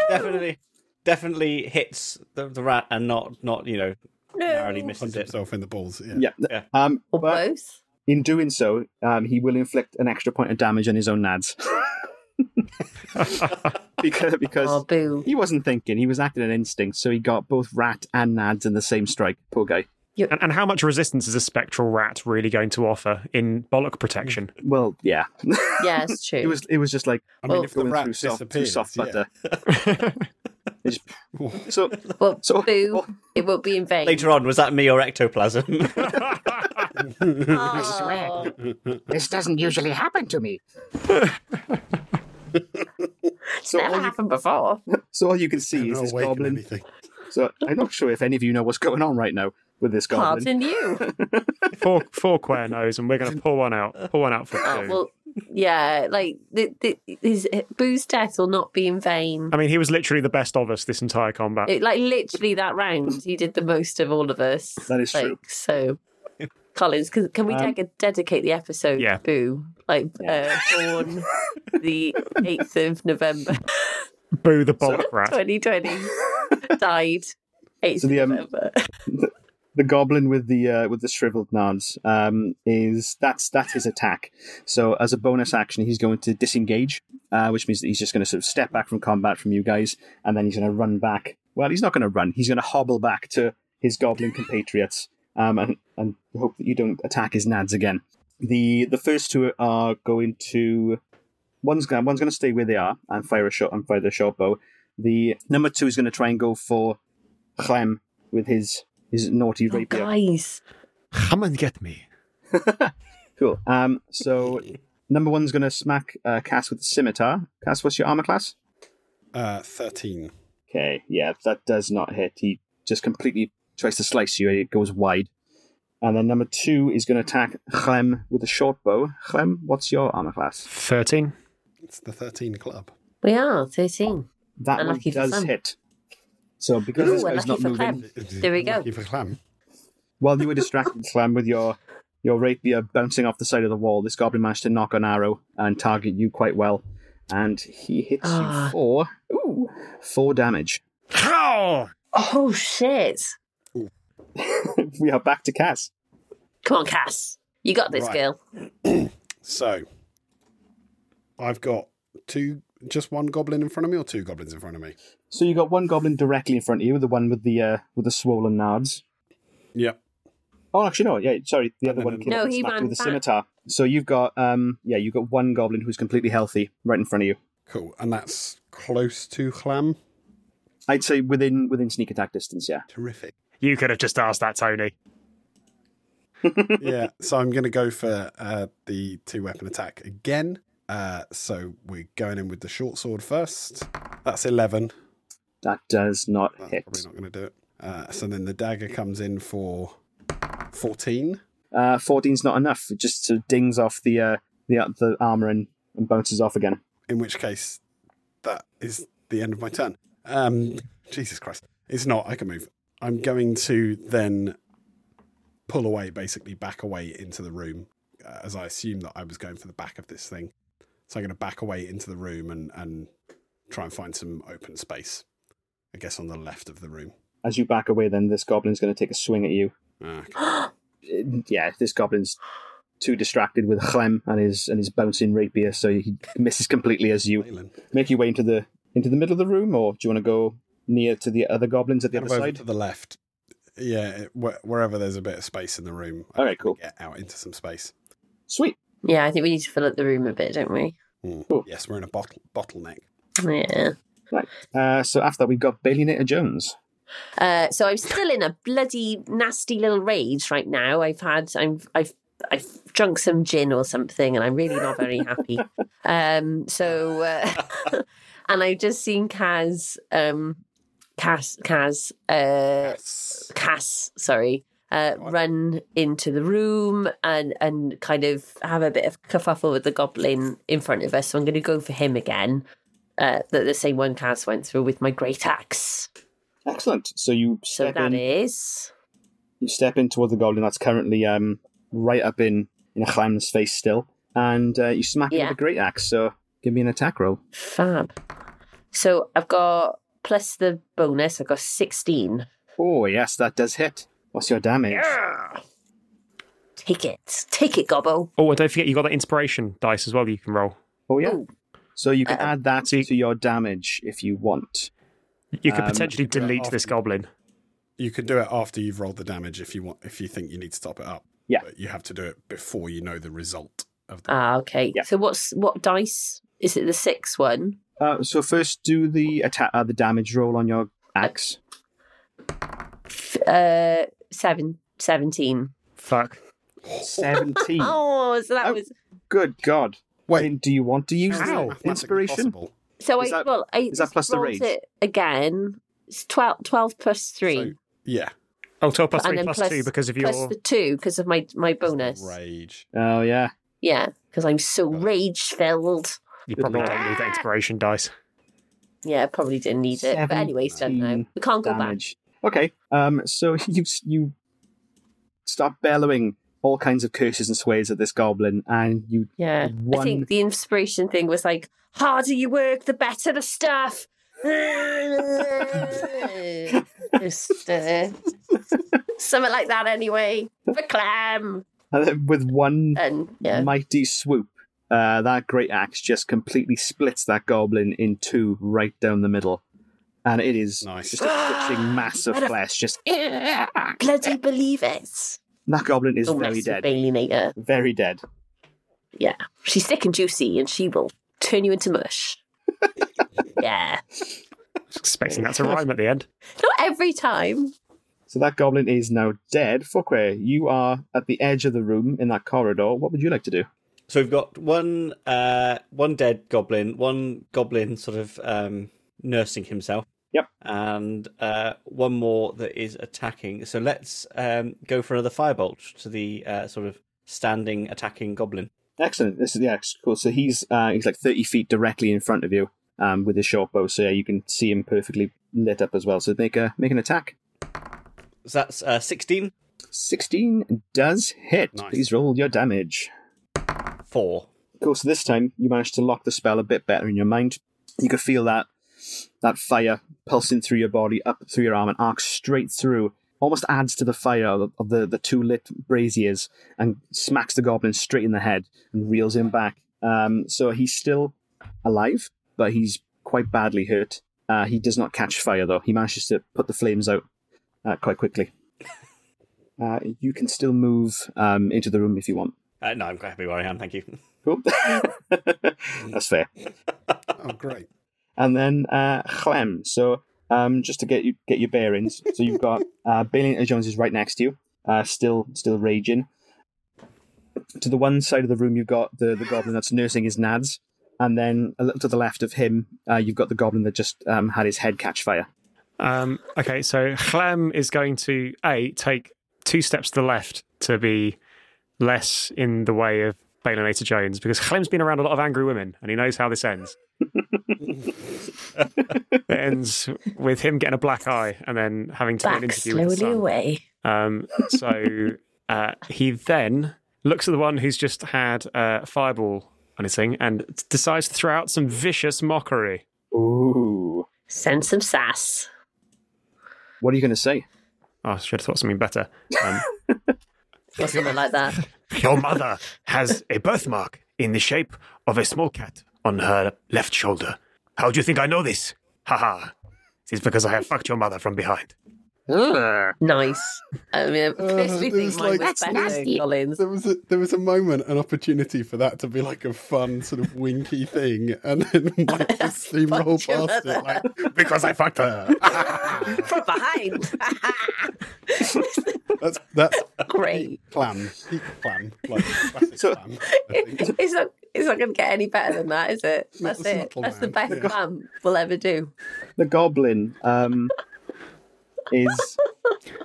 Speaker 5: Definitely, definitely hits the, the rat and not not you know narrowly misses
Speaker 2: Punch
Speaker 5: it.
Speaker 2: himself in the balls. Yeah.
Speaker 3: Yeah.
Speaker 5: Yeah.
Speaker 3: Um,
Speaker 4: Or
Speaker 3: but
Speaker 4: both.
Speaker 3: in doing so, um, he will inflict an extra point of damage on his own nads. <laughs> because because
Speaker 4: Oh, boo.
Speaker 3: He wasn't thinking, he was acting on instinct, so he got both rat and nads in the same strike. Poor guy.
Speaker 1: And, and how much resistance is a spectral rat really going to offer in bollock protection? <laughs>
Speaker 3: Well, yeah.
Speaker 4: Yeah, it's true.
Speaker 3: <laughs> it was it was just like
Speaker 2: I mean,
Speaker 4: Well-
Speaker 2: if the
Speaker 3: going
Speaker 2: rat
Speaker 3: through soft, through
Speaker 2: disappears,
Speaker 3: soft
Speaker 2: yeah.
Speaker 3: butter.
Speaker 6: <laughs>
Speaker 2: <laughs>
Speaker 3: It just- so
Speaker 4: well,
Speaker 3: so-
Speaker 4: boo.
Speaker 3: <laughs>
Speaker 4: It won't be in vain.
Speaker 5: Later on, was that me or ectoplasm? <laughs>
Speaker 3: <laughs>
Speaker 4: Oh.
Speaker 6: This doesn't usually happen to me.
Speaker 3: <laughs> so
Speaker 4: Never
Speaker 3: all you
Speaker 4: happened before.
Speaker 3: so all you can
Speaker 2: I'm
Speaker 3: see is
Speaker 2: not
Speaker 3: this
Speaker 2: waking
Speaker 3: goblin.
Speaker 2: anything.
Speaker 3: <laughs> So I'm not sure if any of you know what's going on right now with this goblin.
Speaker 4: Pardon
Speaker 3: <laughs>
Speaker 4: you.
Speaker 1: four four queer nose, and we're going to pull one out. Pull one out for
Speaker 4: Oh,
Speaker 1: two.
Speaker 4: well, yeah, like the, the, his eh, Boo's death will not be in vain.
Speaker 1: I mean, he was literally the best of us this entire combat.
Speaker 4: It, like literally that round, he did the most of all of us.
Speaker 3: That is
Speaker 4: like,
Speaker 3: true.
Speaker 4: So, Collins, can, can we
Speaker 3: Um,
Speaker 4: deg- dedicate the episode
Speaker 1: Yeah.
Speaker 4: to Boo? Like uh,
Speaker 3: <laughs>
Speaker 4: born the eighth of November,
Speaker 1: Boo the bollock rat.
Speaker 4: twenty
Speaker 3: <laughs>
Speaker 4: twenty, died eighth
Speaker 3: So <laughs> the,
Speaker 4: of
Speaker 3: um,
Speaker 4: November.
Speaker 3: the goblin with the uh, with the shriveled nods um, is that's that's his attack. So as a bonus action, he's going to disengage, uh, which means that he's just going to sort of step back from combat from you guys, and then he's going to run back. Well, he's not going to run. He's going to hobble back to his goblin compatriots, um, and and hope that you don't attack his nads again. The the first two are going to one's going one's going to stay where they are and fire a shot and fire the short bow. The number two is going to try and go for Clem with his his naughty
Speaker 4: Oh,
Speaker 3: rapier.
Speaker 4: guys,
Speaker 7: Come and get me.
Speaker 3: Cool. Um, <laughs> so number one's going to smack uh, Cass with the scimitar. Cass, what's your armor class?
Speaker 2: Uh, Thirteen.
Speaker 3: Okay, yeah, that does not hit. He just completely tries to slice you, and it goes wide. And then number two is going to attack Clem with a short bow. Clem, what's your armor class?
Speaker 1: Thirteen.
Speaker 2: It's the thirteen club.
Speaker 4: we are thirteen.
Speaker 3: That one
Speaker 4: Unlucky for
Speaker 3: does
Speaker 4: Clem.
Speaker 3: hit. So Oh, because
Speaker 4: Ooh,
Speaker 3: this
Speaker 4: lucky
Speaker 3: guy's not
Speaker 4: for
Speaker 3: moving,
Speaker 4: Clem. There we go.
Speaker 2: Lucky for Clam.
Speaker 3: while you were
Speaker 4: <laughs>
Speaker 3: distracted, Clem, with your your rapier bouncing off the side of the wall, this goblin managed to knock an arrow and target you quite well, and he hits you
Speaker 4: Ah.
Speaker 3: for ooh, four damage.
Speaker 1: How?
Speaker 4: Oh shit!
Speaker 3: we are back to Cass.
Speaker 4: Come on, Cass, you got this,
Speaker 2: Right.
Speaker 4: girl. <gasps>
Speaker 2: So, I've got two, just one goblin in front of me, or two goblins in front of me.
Speaker 3: So you got one goblin directly in front of you, the one with the uh, with the swollen nards.
Speaker 2: Yep.
Speaker 3: Oh, actually, no. Yeah, sorry, the other
Speaker 2: no, no,
Speaker 3: one came
Speaker 4: no.
Speaker 3: up
Speaker 4: No,
Speaker 3: and
Speaker 4: he
Speaker 3: smacked you
Speaker 4: ran
Speaker 3: with a
Speaker 4: back.
Speaker 3: scimitar. So you've got um, yeah, you've got one goblin who's completely healthy right in front of you.
Speaker 2: Cool. And that's close to Clam.
Speaker 3: I'd say within within sneak attack distance. Yeah.
Speaker 2: Terrific.
Speaker 7: You could have just asked that, Tony.
Speaker 2: yeah, so I'm going to go for uh, the two weapon attack again. Uh, so we're going in with the short sword first. That's 11.
Speaker 3: That does not
Speaker 2: That's
Speaker 3: hit.
Speaker 2: probably not going to do it. Uh, so then the dagger comes in for 14.
Speaker 3: Uh, 14's not enough. It just sort of dings off the uh, the the armor and, and bounces off again.
Speaker 2: in which case that is the end of my turn. Um, Jesus Christ. It's not. I can move. I'm going to then pull away, basically back away into the room, uh, as I assume that I was going for the back of this thing. So I'm going to back away into the room and, and try and find some open space, I guess, on the left of the room.
Speaker 3: As you back away, then this goblin's going to take a swing at you.
Speaker 2: Uh,
Speaker 3: Uh, yeah, this goblin's too distracted with Chlem and his and his bouncing rapier, so he misses completely as you
Speaker 2: Leyland.
Speaker 3: make your way into the into the middle of the room, or do you want to go near to the other goblins at the
Speaker 2: Kind
Speaker 3: other
Speaker 2: of over
Speaker 3: side?
Speaker 2: to the left. Yeah, wh- wherever there's a bit of space in the room. I
Speaker 3: All right,
Speaker 2: can
Speaker 3: cool.
Speaker 2: Get out into some space.
Speaker 3: Sweet.
Speaker 4: Yeah, I think we need to fill up the room a bit, don't we?
Speaker 2: Mm.
Speaker 3: Cool.
Speaker 2: Yes, we're in a bottle- bottleneck.
Speaker 4: Yeah.
Speaker 3: Uh, so after that, we've got Bailey Nater Jones.
Speaker 4: Uh, so I'm still in a bloody nasty little rage right now. I've had I'm I've I've drunk some gin or something, and I'm really not very happy. Um, so uh, <laughs> and I've just seen Kaz um, Kaz Kaz uh,
Speaker 2: Yes.
Speaker 4: Cass, sorry, uh, run into the room and and kind of have a bit of kerfuffle with the goblin in front of us. So I'm going to go for him again. Uh, the, the same one Cass went through with my great axe.
Speaker 3: Excellent. So you
Speaker 4: So
Speaker 3: step
Speaker 4: that
Speaker 3: in,
Speaker 4: is
Speaker 3: you step in towards the goblin that's currently um, right up in in Chlem's face still, and uh, you smack him
Speaker 4: Yeah.
Speaker 3: with a great axe. So give me an attack roll.
Speaker 4: fab. So I've got plus the bonus. I've got sixteen.
Speaker 3: Oh yes, that does hit. What's your damage?
Speaker 4: Take it, take it, Gobbo.
Speaker 1: Oh, and don't forget you got that inspiration dice as well. You can roll.
Speaker 3: Oh yeah.
Speaker 4: Ooh.
Speaker 3: So you can
Speaker 4: Uh,
Speaker 3: add that
Speaker 1: so you-
Speaker 3: to your damage if you want.
Speaker 1: You could
Speaker 3: Um,
Speaker 1: potentially
Speaker 2: do that
Speaker 1: delete this
Speaker 2: after.
Speaker 1: goblin.
Speaker 2: You could do it after you've rolled the damage if you want. If you think you need to top it up,
Speaker 3: Yeah.
Speaker 2: But you have to do it before you know the result of the.
Speaker 4: Ah, okay.
Speaker 3: Yeah.
Speaker 4: So what's what dice? Is it the six one?
Speaker 3: Uh, so first, do the attack, uh, the damage roll on your axe.
Speaker 4: F- uh, seven, 17.
Speaker 1: Fuck.
Speaker 4: <laughs>
Speaker 3: Seventeen.
Speaker 4: Oh, so that
Speaker 3: Oh.
Speaker 4: was
Speaker 3: Good God!
Speaker 2: Wait,
Speaker 3: do you want to use
Speaker 2: is that
Speaker 3: the
Speaker 2: mathematically
Speaker 3: inspiration?
Speaker 2: possible?
Speaker 4: So
Speaker 3: Is
Speaker 4: I
Speaker 3: that-
Speaker 4: well, I
Speaker 3: is that plus the
Speaker 4: rolled
Speaker 3: rage?
Speaker 4: it again. It's 12, 12 plus three
Speaker 2: So, yeah,
Speaker 1: Oh, 12 plus
Speaker 4: And
Speaker 1: 3
Speaker 4: then
Speaker 1: plus
Speaker 4: plus-
Speaker 1: 2 because of
Speaker 4: plus
Speaker 1: your.
Speaker 4: the two because of my my bonus.
Speaker 2: rage.
Speaker 3: Oh yeah.
Speaker 4: Yeah, because I'm so
Speaker 2: Got it.
Speaker 4: rage filled.
Speaker 1: You probably
Speaker 3: Good
Speaker 1: don't need
Speaker 4: <gasps>
Speaker 1: the inspiration dice.
Speaker 4: Yeah, I probably didn't need it. But anyway, it's done now.
Speaker 3: 17
Speaker 4: We can't go
Speaker 3: damage. Okay. Um. So <laughs> you you start bellowing all kinds of curses and sways at this goblin, and you
Speaker 4: back. Yeah, Uh, I
Speaker 3: One-
Speaker 4: think the inspiration thing was like, harder you work, the better the stuff. <laughs> Just uh, something like that, anyway. For Clem,
Speaker 3: and then <laughs> with one
Speaker 4: and yeah,
Speaker 3: mighty swoop, uh, that great axe just completely splits that goblin in two right down the middle, and it is
Speaker 2: Nice.
Speaker 3: just a
Speaker 4: <gasps>
Speaker 3: twitching mass of
Speaker 4: What a-
Speaker 3: flesh. Just
Speaker 4: bloody believe it.
Speaker 3: that goblin is
Speaker 4: Don't mess
Speaker 3: very
Speaker 4: with
Speaker 3: dead,
Speaker 4: Bailey Nater.
Speaker 3: very dead.
Speaker 4: Yeah. She's thick and juicy and she will turn you into <laughs> mush. yeah.
Speaker 1: I was expecting that to rhyme at the end.
Speaker 4: Not every time.
Speaker 3: So that goblin is now dead. Fuckware, you are at the edge of the room in that corridor. What would you like to do?
Speaker 5: So we've got one uh one dead goblin, one goblin sort of um nursing himself.
Speaker 3: Yep.
Speaker 5: And uh one more that is attacking. So let's um go for another firebolt to the uh sort of standing attacking goblin.
Speaker 3: Excellent. This is yeah, it's cool. So he's uh, he's like thirty feet directly in front of you, um, with his short bow. So yeah, you can see him perfectly lit up as well. So make a make an attack.
Speaker 5: So that's uh sixteen
Speaker 3: Sixteen does hit.
Speaker 2: Nice.
Speaker 3: Please roll your damage.
Speaker 5: four.
Speaker 3: Cool. So this time you managed to lock the spell a bit better in your mind. You could feel that that fire pulsing through your body, up through your arm, and arcs straight through. Almost adds to the fire of of the, the two lit braziers and smacks the goblin straight in the head and reels him back. Um, so he's still alive, but he's quite badly hurt. Uh, he does not catch fire though. He manages to put the flames out uh, quite quickly. <laughs> Uh, you can still move um, into the room if you want.
Speaker 5: Uh, no, I'm quite happy where I am, thank you.
Speaker 3: Cool. <laughs> That's fair.
Speaker 2: Oh, great.
Speaker 3: And then uh, Chlem. So um, just to get you get your bearings. So you've got <laughs> uh, Bailey and Jones is right next to you, uh, still still raging. To the one side of the room, you've got the, the goblin that's nursing his nads, and then a little to the left of him, uh, you've got the goblin that just um, had his head catch fire.
Speaker 1: Um, okay, so Hlam is going to a take two steps to the left to be less in the way of Balinator Jones because Hlam's been around a lot of angry women and he knows how this ends. it ends with him getting a black eye and then having to do an
Speaker 4: Back
Speaker 1: interview with the
Speaker 4: slowly
Speaker 1: sun.
Speaker 4: away.
Speaker 1: Um, so uh, he then looks at the one who's just had uh, a fireball on his thing and t- decides to throw out some vicious mockery.
Speaker 3: Ooh,
Speaker 4: Send some sass.
Speaker 3: what are you going to say?
Speaker 1: Oh, I should have thought something better. Um,
Speaker 4: Or something like <laughs> that.
Speaker 8: Your mother has a birthmark in the shape of a small cat on her left shoulder. How do you think I know this? Ha ha. It's because I have fucked your mother from behind.
Speaker 9: Ugh.
Speaker 4: Nice. I mean, I basically
Speaker 2: Uh, it
Speaker 4: think
Speaker 2: was like-
Speaker 4: mine was
Speaker 9: That's
Speaker 4: better,
Speaker 9: nasty.
Speaker 2: <laughs>
Speaker 4: Collins.
Speaker 2: There was a, there was a moment, an opportunity for that to be like a fun sort of winky thing, and then <laughs> Mike
Speaker 4: <laughs>
Speaker 2: just steamrolled
Speaker 4: Fucked your
Speaker 2: past
Speaker 4: mother.
Speaker 2: it like because I fucked her.
Speaker 4: From behind.
Speaker 2: that's that's
Speaker 4: <laughs> Great.
Speaker 2: plan, peak plan, like classic
Speaker 3: So-
Speaker 2: plan. I think.
Speaker 4: it's not. It's not going to get any better than that, is it? That's
Speaker 2: Little
Speaker 4: it.
Speaker 2: subtle
Speaker 4: That's the
Speaker 2: man.
Speaker 4: best
Speaker 2: Yeah.
Speaker 4: plan we'll ever do.
Speaker 3: The goblin um, is.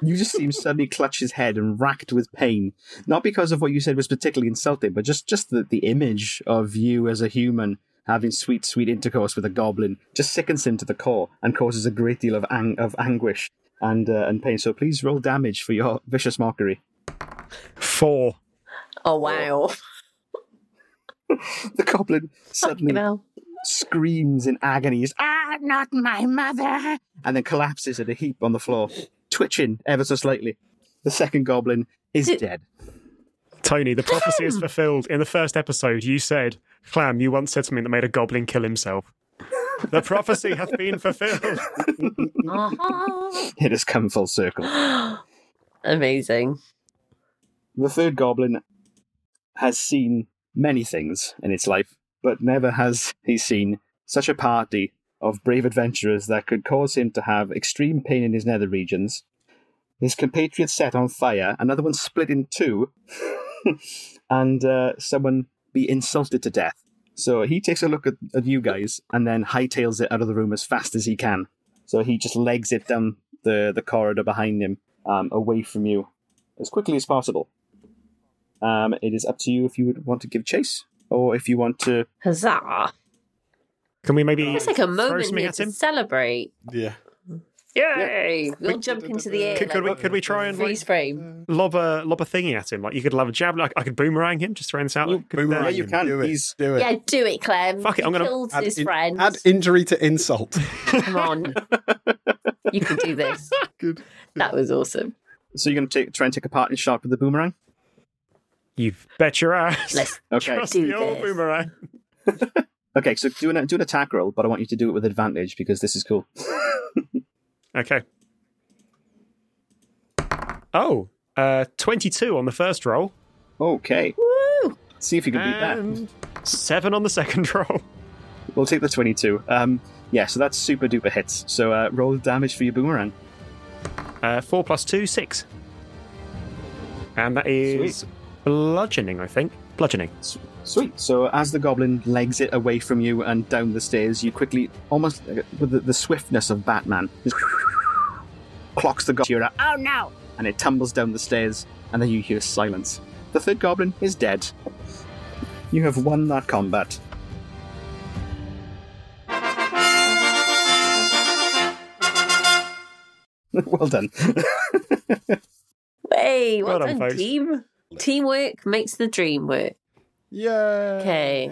Speaker 3: You just see him suddenly clutch his head and racked with pain, not because of what you said was particularly insulting, but just just the, the image of you as a human having sweet, sweet intercourse with a goblin just sickens him to the core and causes a great deal of ang- of anguish and uh, and pain. So please roll damage for your vicious mockery. <laughs>
Speaker 1: four.
Speaker 4: Oh wow!
Speaker 3: The goblin
Speaker 4: You
Speaker 3: suddenly
Speaker 4: know,
Speaker 3: screams in agony. He's, ah!
Speaker 9: Ah, not my mother.
Speaker 3: and then collapses in a heap on the floor, twitching ever so slightly. The second goblin is
Speaker 4: Did-
Speaker 3: dead.
Speaker 1: Tony, the prophecy is fulfilled. In the first episode, you said, Clam, you once said something that made a goblin kill himself. The prophecy hath been fulfilled.
Speaker 4: Uh-huh.
Speaker 3: <laughs> It has come full circle.
Speaker 4: amazing.
Speaker 3: The third goblin has seen many things in its life, but never has he seen such a party of brave adventurers that could cause him to have extreme pain in his nether regions. His compatriot set on fire, another one split in two, <laughs> and uh, someone be insulted to death. So he takes a look at, at you guys and then hightails it out of the room as fast as he can. So he just legs it down the, the corridor behind him, um, away from you, as quickly as possible. Um, it is up to you if you would want to give chase or if you want to.
Speaker 4: Huzzah!
Speaker 1: Can we maybe
Speaker 4: It's like a
Speaker 1: Mm. throw
Speaker 4: moment
Speaker 1: something
Speaker 4: here
Speaker 1: at
Speaker 4: to
Speaker 1: him?
Speaker 4: celebrate.
Speaker 2: Yeah.
Speaker 4: Yay! We'll jump into the air.
Speaker 1: Could, could we,
Speaker 4: like
Speaker 1: could we try and like,
Speaker 4: freeze frame?
Speaker 1: lob, a, lob a thingy at him? Like you could lob a jab. Like, I could boomerang him, just throwing this out. Like, could-
Speaker 2: Boomerang
Speaker 3: yeah, you
Speaker 2: him.
Speaker 3: can.
Speaker 2: Do it.
Speaker 3: He's-
Speaker 2: do it.
Speaker 4: Yeah, do it, Clem.
Speaker 1: Fuck it, I'm
Speaker 4: He
Speaker 1: gonna
Speaker 4: killed
Speaker 2: Add
Speaker 4: his
Speaker 2: in-
Speaker 4: friends.
Speaker 2: add injury to insult.
Speaker 4: Come on, you can do this.
Speaker 2: Good.
Speaker 4: That was awesome.
Speaker 3: So you're going to take, try and take a part in shot with the boomerang?
Speaker 1: You bet your ass.
Speaker 4: Let's
Speaker 3: Okay.
Speaker 1: Trust
Speaker 4: do
Speaker 1: the old
Speaker 4: this.
Speaker 1: boomerang.
Speaker 3: Okay, so do an, do an attack roll, but I want you to do it with advantage because this is cool.
Speaker 1: Okay. Oh, uh, 22 on the first roll
Speaker 3: Okay.
Speaker 4: woo.
Speaker 3: See if you can beat that.
Speaker 1: and 7 on the second <laughs> roll.
Speaker 3: We'll take the 22. Um, yeah, so that's super duper hits. So uh, roll damage for your boomerang.
Speaker 1: Uh, four plus two, six. And that is bludgeoning, I think. Bludgeoning.
Speaker 3: S- Sweet. So as the goblin legs it away from you and down the stairs, you quickly, almost uh, with the, the swiftness of Batman, just <laughs> clocks the goblin
Speaker 9: Oh no.
Speaker 3: and it tumbles down the stairs, and then you hear silence. The third goblin is dead. You have won that combat. <laughs> well done. <laughs>
Speaker 4: Hey, well,
Speaker 1: Well done,
Speaker 4: done,
Speaker 1: folks.
Speaker 4: team. Teamwork makes the dream work.
Speaker 2: <laughs> Yeah.
Speaker 5: Uh,
Speaker 4: Okay.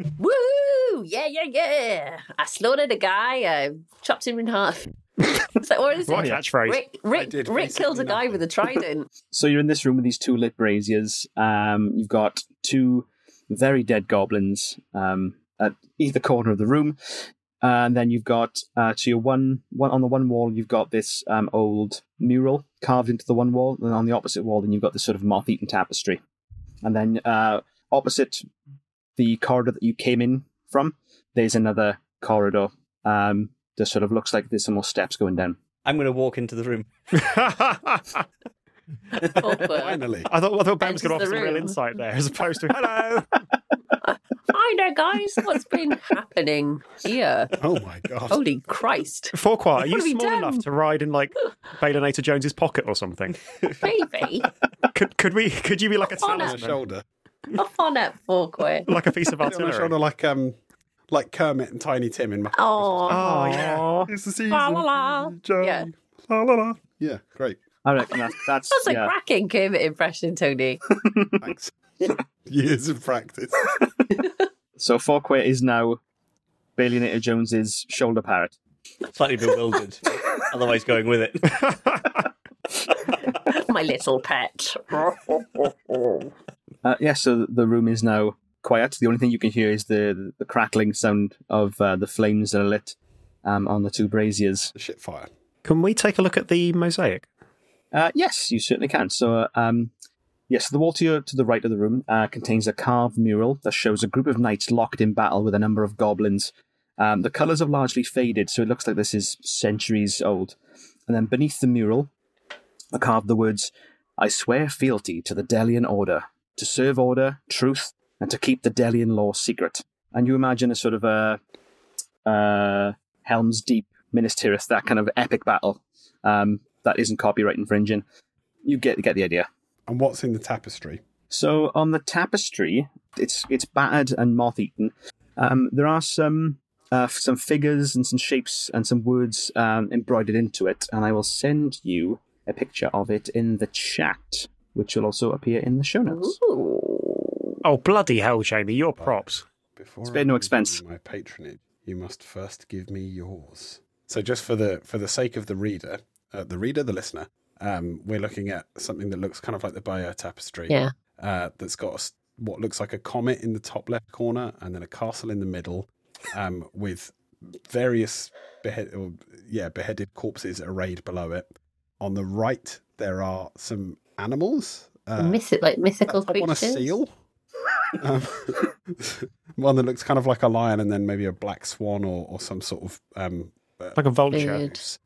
Speaker 5: Hey!
Speaker 4: Woo! Yeah, yeah, yeah. I slaughtered a guy. I chopped him in half. it's like, what is
Speaker 1: What
Speaker 4: it?
Speaker 1: a catchphrase. <laughs>
Speaker 4: Rick,
Speaker 2: I
Speaker 4: Rick,
Speaker 2: did
Speaker 4: Rick killed a
Speaker 2: basically
Speaker 4: guy
Speaker 2: nothing.
Speaker 4: with a trident.
Speaker 3: So you're in this room with these two lit braziers. Um, you've got two very dead goblins um, at either corner of the room, and then you've got uh, to your one one on the one wall you've got this um, old mural carved into the one wall, and on the opposite wall then you've got this sort of moth-eaten tapestry, and then uh, opposite the corridor that you came in from, there's another corridor um, just sort of looks like there's some more steps going down.
Speaker 5: I'm going to walk into the room.
Speaker 4: Awkward.
Speaker 2: Finally.
Speaker 1: I thought I thought Bam's
Speaker 4: Enters
Speaker 1: going to offer
Speaker 4: the
Speaker 1: some real
Speaker 4: room.
Speaker 1: insight there, as opposed to hello.
Speaker 4: <laughs> Hi there, guys. What's been happening here?
Speaker 2: Oh my god.
Speaker 4: Holy Christ.
Speaker 1: Farquhar, are you
Speaker 4: have we
Speaker 1: small
Speaker 4: done?
Speaker 1: enough to ride in like Balinator Jones's pocket or
Speaker 4: <laughs>
Speaker 1: something?
Speaker 4: Baby,
Speaker 1: Could could we? Could you be like a
Speaker 4: On
Speaker 2: on her
Speaker 1: talisman,
Speaker 2: shoulder.
Speaker 4: off on at Forkway.
Speaker 1: like a piece of
Speaker 2: On her shoulder
Speaker 1: artillery?
Speaker 2: like um like Kermit and Tiny Tim in my
Speaker 4: Oh,
Speaker 1: Oh yeah.
Speaker 2: It's the season.
Speaker 4: la la la.
Speaker 2: Joe.
Speaker 4: Yeah.
Speaker 2: La, la, la. yeah, great.
Speaker 3: I reckon that's
Speaker 4: <laughs>
Speaker 3: that's,
Speaker 4: That's a
Speaker 3: yeah.
Speaker 4: cracking Kermit impression, Tony.
Speaker 2: Thanks. Years of practice.
Speaker 3: So Forquay is now Balionator Jones's shoulder parrot.
Speaker 5: Slightly bewildered, otherwise going with it.
Speaker 4: My little pet.
Speaker 3: Uh, yeah, so the room is now quiet. The only thing you can hear is the the crackling sound of uh, the flames that are lit um, on the two braziers.
Speaker 2: The shit fire.
Speaker 1: Can we take a look at the mosaic?
Speaker 3: Uh, yes, you certainly can. So, uh, um, yes, the wall to, your, to the right of the room uh, contains a carved mural that shows a group of knights locked in battle with a number of goblins. Um, the colours have largely faded, so it looks like this is centuries old. And then beneath the mural are carved the words, I swear fealty to the Delian Order, to serve order, truth, and to keep the Delian law secret. And you imagine a sort of a uh, Helm's Deep, Minas Tirith, that kind of epic battle um, that isn't copyright infringing. You get get the idea.
Speaker 2: And what's in the tapestry?
Speaker 3: So on the tapestry, it's it's battered and moth eaten. Um, there are some uh, f- some figures and some shapes and some words um, embroidered into it, and I will send you a picture of it in the chat, which will also appear in the show notes.
Speaker 4: Ooh.
Speaker 1: Oh bloody hell, Jamie! Your props.
Speaker 2: Before
Speaker 3: Spare
Speaker 2: I
Speaker 3: no
Speaker 2: give
Speaker 3: expense.
Speaker 2: you My patronage. You must first give me yours. So just for the for the sake of the reader, uh, the reader, the listener, um, we're looking at something that looks kind of like the Bayeux tapestry.
Speaker 4: Yeah.
Speaker 2: Uh, that's got a s what looks like a comet in the top left corner, and then a castle in the middle, um, with various behead or, yeah beheaded corpses arrayed below it. On the right, there are some animals. Uh,
Speaker 4: Myth- like mythical
Speaker 2: I want a
Speaker 4: creatures.
Speaker 2: seal. um, <laughs> one that looks kind of like a lion, and then maybe a black swan or, or some sort of um,
Speaker 1: Like a vulture.
Speaker 4: Bird.
Speaker 2: goose.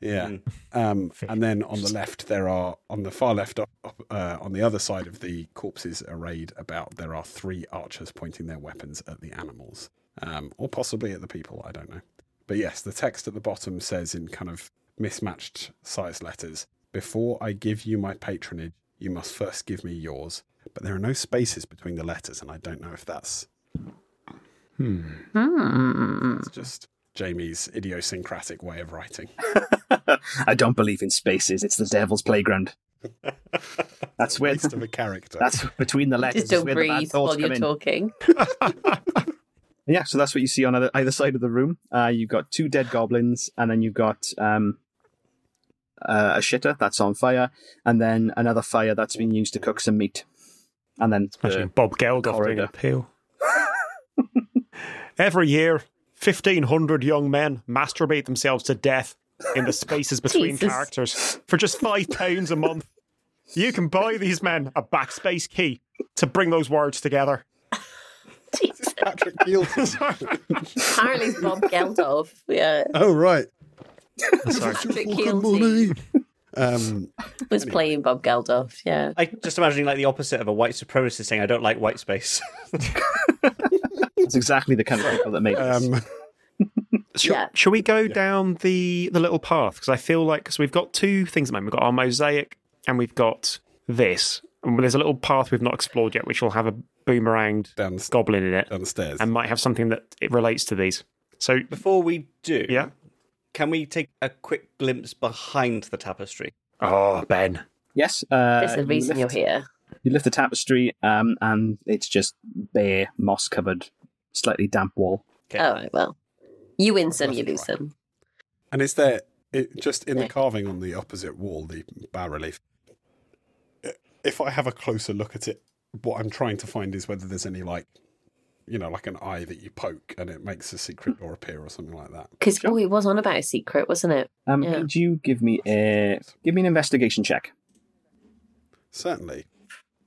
Speaker 2: Yeah, um, and then on the left there are on the far left up, up, uh, on the other side of the corpses arrayed about there are three archers pointing their weapons at the animals, um, or possibly at the people. I don't know, but yes, the text at the bottom says in kind of mismatched size letters, "Before I give you my patronage, you must first give me yours." But there are no spaces between the letters, and I don't know if that's
Speaker 4: Hmm.
Speaker 2: it's just Jamie's idiosyncratic way of writing.
Speaker 3: I don't believe in spaces; it's the devil's playground. that's where
Speaker 2: Waste of a character.
Speaker 3: that's between the letters.
Speaker 4: Just
Speaker 3: is
Speaker 4: don't
Speaker 3: where the bad
Speaker 4: breathe
Speaker 3: thoughts
Speaker 4: while you're
Speaker 3: come in.
Speaker 4: talking.
Speaker 3: Yeah, so that's what you see on either, either side of the room. Uh, you've got two dead goblins, and then you've got um, uh, a shitter that's on fire, and then another fire that's been used to cook some meat. And then
Speaker 1: Actually,
Speaker 3: the,
Speaker 1: Bob Geldof doing
Speaker 3: corridor.
Speaker 1: an appeal. Every year, fifteen hundred young men masturbate themselves to death in the spaces between
Speaker 4: Jesus.
Speaker 1: characters for just five pounds a month. You can buy these men a backspace key to bring those words together.
Speaker 2: Patrick Keelton.
Speaker 4: Apparently, it's Bob
Speaker 3: <laughs>
Speaker 4: Geldof. Yeah,
Speaker 2: oh <laughs> right.
Speaker 4: Patrick
Speaker 2: Fucking
Speaker 4: Keelty
Speaker 2: money. <laughs> Um,
Speaker 4: was playing Bob Geldof. Yeah.
Speaker 5: I just imagining like the opposite of a white supremacist saying, "I don't like white space." <laughs>
Speaker 3: it's exactly the kind of people that make this.
Speaker 2: um,
Speaker 1: Shall,
Speaker 4: Yeah.
Speaker 1: shall we go down the the little path? Because I feel like so we've got two things at the moment. We've got our mosaic and we've got this. And there's a little path we've not explored yet, which will have a boomeranged
Speaker 2: <laughs> down the,
Speaker 1: goblin in it,
Speaker 2: down the stairs.
Speaker 1: and might have something that it relates to these. So
Speaker 5: Before we do,
Speaker 1: yeah.
Speaker 5: can we take a quick glimpse behind the tapestry?
Speaker 1: Oh, Ben.
Speaker 3: Yes, uh,
Speaker 4: There's a
Speaker 3: you
Speaker 4: reason
Speaker 3: lift-
Speaker 4: you're here.
Speaker 3: You lift the tapestry, um, and it's just bare, moss-covered, slightly damp wall.
Speaker 5: Yeah.
Speaker 4: All right, Oh, well, you win some, you lose some.
Speaker 2: and is there it, just in the
Speaker 4: There.
Speaker 2: carving on the opposite wall, the bas relief? If I have a closer look at it, what I'm trying to find is whether there's any like, you know, like an eye that you poke and it makes a secret door appear or something like that.
Speaker 4: Because oh, it was on about a secret, wasn't it?
Speaker 3: Um,
Speaker 4: Yeah.
Speaker 3: Could you give me a give me an investigation check?
Speaker 2: Certainly,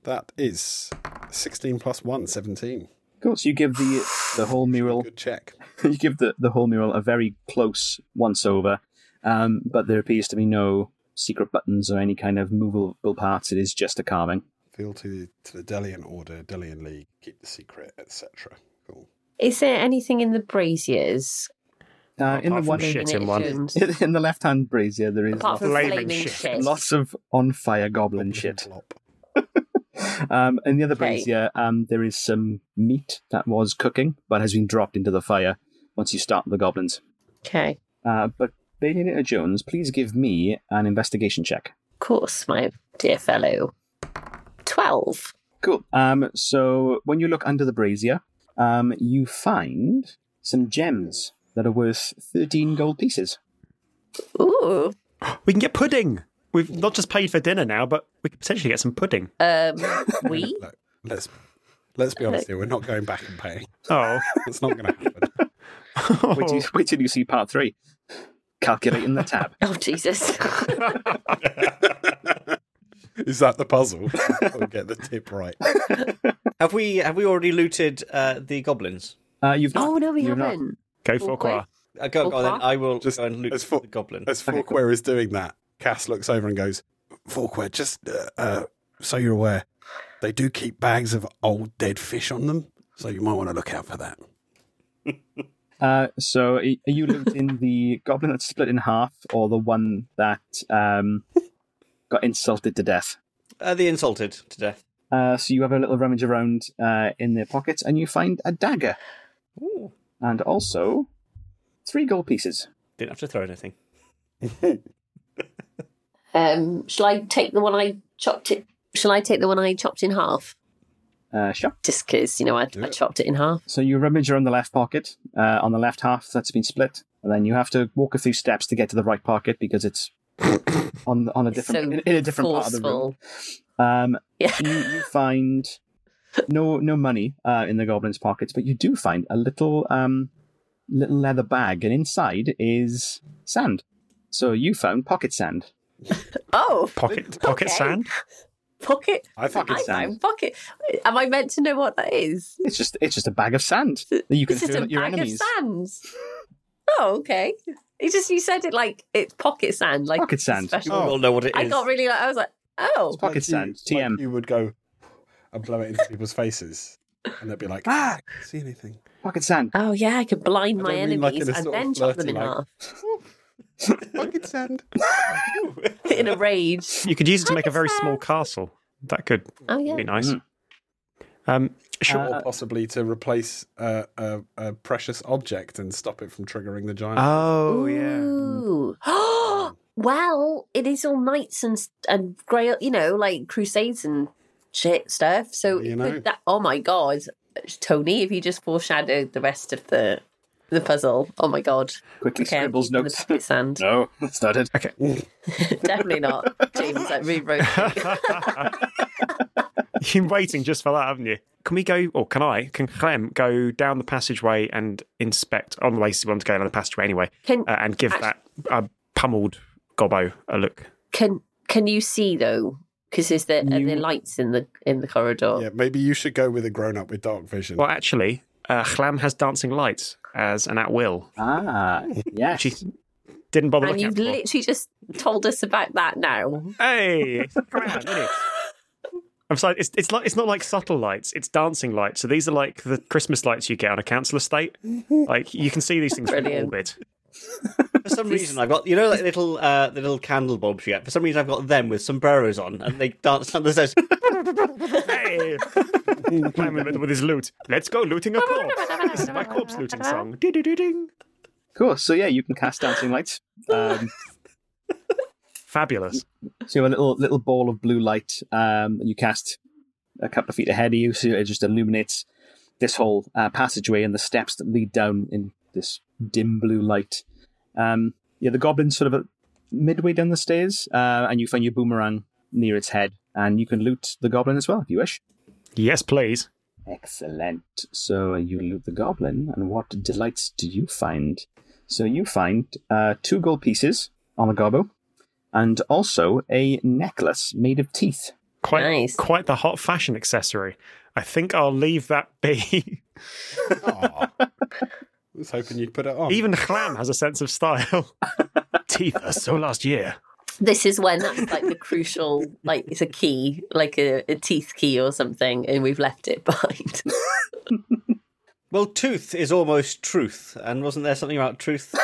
Speaker 2: that is sixteen plus one, 17.
Speaker 3: Cool. So you give the the whole mural
Speaker 2: Good check.
Speaker 3: <laughs> you give the, the whole mural a very close once over, um, but there appears to be no secret buttons or any kind of movable parts. It is just a carving.
Speaker 2: Appeal to to the Delian Order, Delian League, keep the secret, etc. Cool.
Speaker 4: Is there anything in the braziers?
Speaker 3: Uh, in the
Speaker 1: Apart from
Speaker 3: one
Speaker 1: shit. in one.
Speaker 3: <laughs>
Speaker 4: Assumed.
Speaker 3: in the left hand brazier, there is
Speaker 4: Apart from
Speaker 1: Flaming
Speaker 4: flaming shit.
Speaker 1: shit.
Speaker 3: lots of on fire goblin shit.
Speaker 1: <laughs>
Speaker 2: Plop.
Speaker 3: Um, in the other
Speaker 4: Okay.
Speaker 3: brazier, um, there is some meat that was cooking but has been dropped into the fire once you start the goblins.
Speaker 4: Okay.
Speaker 3: Uh, but Bayonetta Jones, please give me an investigation check.
Speaker 4: Of course, my dear fellow. 12.
Speaker 3: Cool. Um, so when you look under the brazier, um, you find some gems that are worth 13 gold pieces.
Speaker 4: Ooh.
Speaker 1: We can get pudding. We've not just paid for dinner now, but we could potentially get some pudding.
Speaker 4: Um,
Speaker 3: <laughs>
Speaker 4: we?
Speaker 2: Look, let's let's be honest here. We're not going back and paying.
Speaker 1: <laughs> Oh.
Speaker 2: It's not going to happen.
Speaker 3: Wait till, wait till you <laughs> see part three. Calculating the tab.
Speaker 4: Oh,
Speaker 3: <laughs>
Speaker 4: Jesus. Oh,
Speaker 2: <laughs> Is that the puzzle? I'll get the tip right.
Speaker 5: Have we have we already looted uh, the goblins?
Speaker 3: Uh, you've not,
Speaker 4: oh, no, we
Speaker 3: you've not-
Speaker 4: haven't.
Speaker 1: Go for a
Speaker 4: Awkward.
Speaker 1: qua.
Speaker 5: Uh, go, go then.
Speaker 4: Okay.
Speaker 5: I will
Speaker 2: Just-
Speaker 5: go and loot
Speaker 2: let's fo-
Speaker 5: the goblin.
Speaker 2: As Forquare is doing that, Cass looks over and goes, Forquare, just uh, uh, so you're aware, they do keep bags of old dead fish on them. So you might want to look out for that.
Speaker 3: Uh, so are are you looting the goblin that's split in half or the one that um, got insulted to death?
Speaker 5: Uh, the insulted to death.
Speaker 3: Uh, so you have a little rummage around uh, in their pockets and you find a dagger. And also three gold pieces.
Speaker 5: Didn't have to throw anything.
Speaker 4: Um, shall I take the one I chopped it? Shall I take the one I chopped in half?
Speaker 3: Uh, sure.
Speaker 4: Just because, you know, I, I chopped it in half.
Speaker 3: So you rummage around the left pocket, uh, on the left half that's been split, and then you have to walk a few steps to get to the right pocket because it's on on a different
Speaker 4: so
Speaker 3: in, in a different
Speaker 4: forceful.
Speaker 3: part of the room. Um,
Speaker 4: <laughs> Yeah.
Speaker 3: you, you find no no money uh, in the goblin's pockets, but you do find a little um little leather bag, and inside is sand. So you found pocket sand.
Speaker 4: Oh,
Speaker 1: <laughs> Pocket pocket
Speaker 4: Okay.
Speaker 1: sand?
Speaker 4: pocket.
Speaker 2: I think
Speaker 4: I
Speaker 2: it's
Speaker 4: found pocket. Am I meant to know what that is?
Speaker 3: It's just it's just a bag of sand that you can
Speaker 4: This is
Speaker 3: throw
Speaker 4: a
Speaker 3: at your
Speaker 4: bag
Speaker 3: enemies.
Speaker 4: of sands. Oh, okay. It's just you said it like it's pocket sand, like
Speaker 3: Pocket sand.
Speaker 4: special.
Speaker 5: You all know what it is.
Speaker 4: I got really like I was like, oh,
Speaker 3: It's pocket sand. TM.
Speaker 2: you would go and blow it into people's faces. And they'd be like, ah, I can't see anything.
Speaker 3: Pocket sand.
Speaker 4: oh yeah, I could blind
Speaker 2: I
Speaker 4: my
Speaker 2: don't mean, like,
Speaker 4: enemies
Speaker 2: in a
Speaker 4: and
Speaker 2: sort of
Speaker 4: then chop them
Speaker 2: flirty,
Speaker 4: in
Speaker 2: like-
Speaker 4: half
Speaker 2: Pocket sand.
Speaker 4: <laughs> in a
Speaker 3: <laughs>
Speaker 4: rage.
Speaker 1: You could use it to make a very small castle. That could
Speaker 4: Oh yeah, Uh,
Speaker 1: be nice. Um, sure.
Speaker 2: or possibly to replace uh, a, a precious object and stop it from triggering the giant.
Speaker 1: oh, yeah.
Speaker 4: yeah. <gasps> well, it is all knights and and grey, you know, like crusades and shit stuff. So
Speaker 2: You
Speaker 4: it
Speaker 2: know.
Speaker 4: could- that, oh my god, Tony, if you just foreshadowed the rest of the the puzzle, oh my god,
Speaker 3: Quickly
Speaker 4: Okay, I'm
Speaker 3: scribbles
Speaker 4: keeping the
Speaker 3: notes.
Speaker 4: pocket sand.
Speaker 3: <laughs> No, that's not it. Okay.
Speaker 4: Definitely not. James like rewrote.
Speaker 3: <laughs>
Speaker 4: it.
Speaker 1: <laughs> You've been waiting just for that, haven't you? Can we go, or can I, can Clem go down the passageway and inspect, oh, on the basis we want to go down the passageway anyway,
Speaker 4: Can
Speaker 1: uh, and give that uh, pummeled gobbo a look?
Speaker 4: can can you see though? Because is there are there
Speaker 3: You-
Speaker 4: lights in the in the corridor?
Speaker 2: Yeah, maybe you should go with a grown up with dark vision.
Speaker 1: Well, actually, uh, Clam has dancing lights as an at will.
Speaker 3: Ah, yes.
Speaker 1: She didn't bother
Speaker 4: And
Speaker 1: looking
Speaker 4: you've
Speaker 1: at before.
Speaker 4: literally just told us about that now.
Speaker 1: Hey, come on, idiot. I'm sorry. It's it's like it's not like subtle lights. It's dancing lights. So these are like the Christmas lights you get on a council estate. Like you can see these things from
Speaker 4: Mm-hmm.
Speaker 1: orbit.
Speaker 4: Brilliant.
Speaker 5: For some reason, I've got you know like little uh, the little candle bulbs you get. For some reason, I've got them with sombreros on, and they dance <laughs> down the stairs.
Speaker 10: <laughs>
Speaker 1: Hey, Clam with, with his loot. Let's go looting a corpse. This is my corpse looting song. Ding.
Speaker 3: Cool. So yeah, you can cast dancing <laughs> lights. Um,
Speaker 1: Fabulous.
Speaker 3: so you have a little little ball of blue light um, that you cast a couple of feet ahead of you, so it just illuminates this whole uh, passageway and the steps that lead down in this dim blue light. Um, yeah, the goblin's sort of a, midway down the stairs, uh, and you find your boomerang near its head, and you can loot the goblin as well if you wish.
Speaker 1: Yes, please.
Speaker 3: Excellent. So you loot the goblin, and what delights do you find? So you find uh, two gold pieces on the gobbo, and also a necklace made of teeth.
Speaker 1: Quite
Speaker 10: <laughs>
Speaker 4: Nice.
Speaker 1: quite the hot fashion accessory. I think I'll leave that be.
Speaker 2: Aw. Ah. I was hoping you'd put it on.
Speaker 10: Even Clam has a sense of <laughs> style.
Speaker 7: Teeth are so last year.
Speaker 4: This is when that's like the crucial, like it's a key, like a, a teeth key or something, and we've left it <laughs> behind.
Speaker 5: Well, tooth is almost truth, and wasn't there something about truth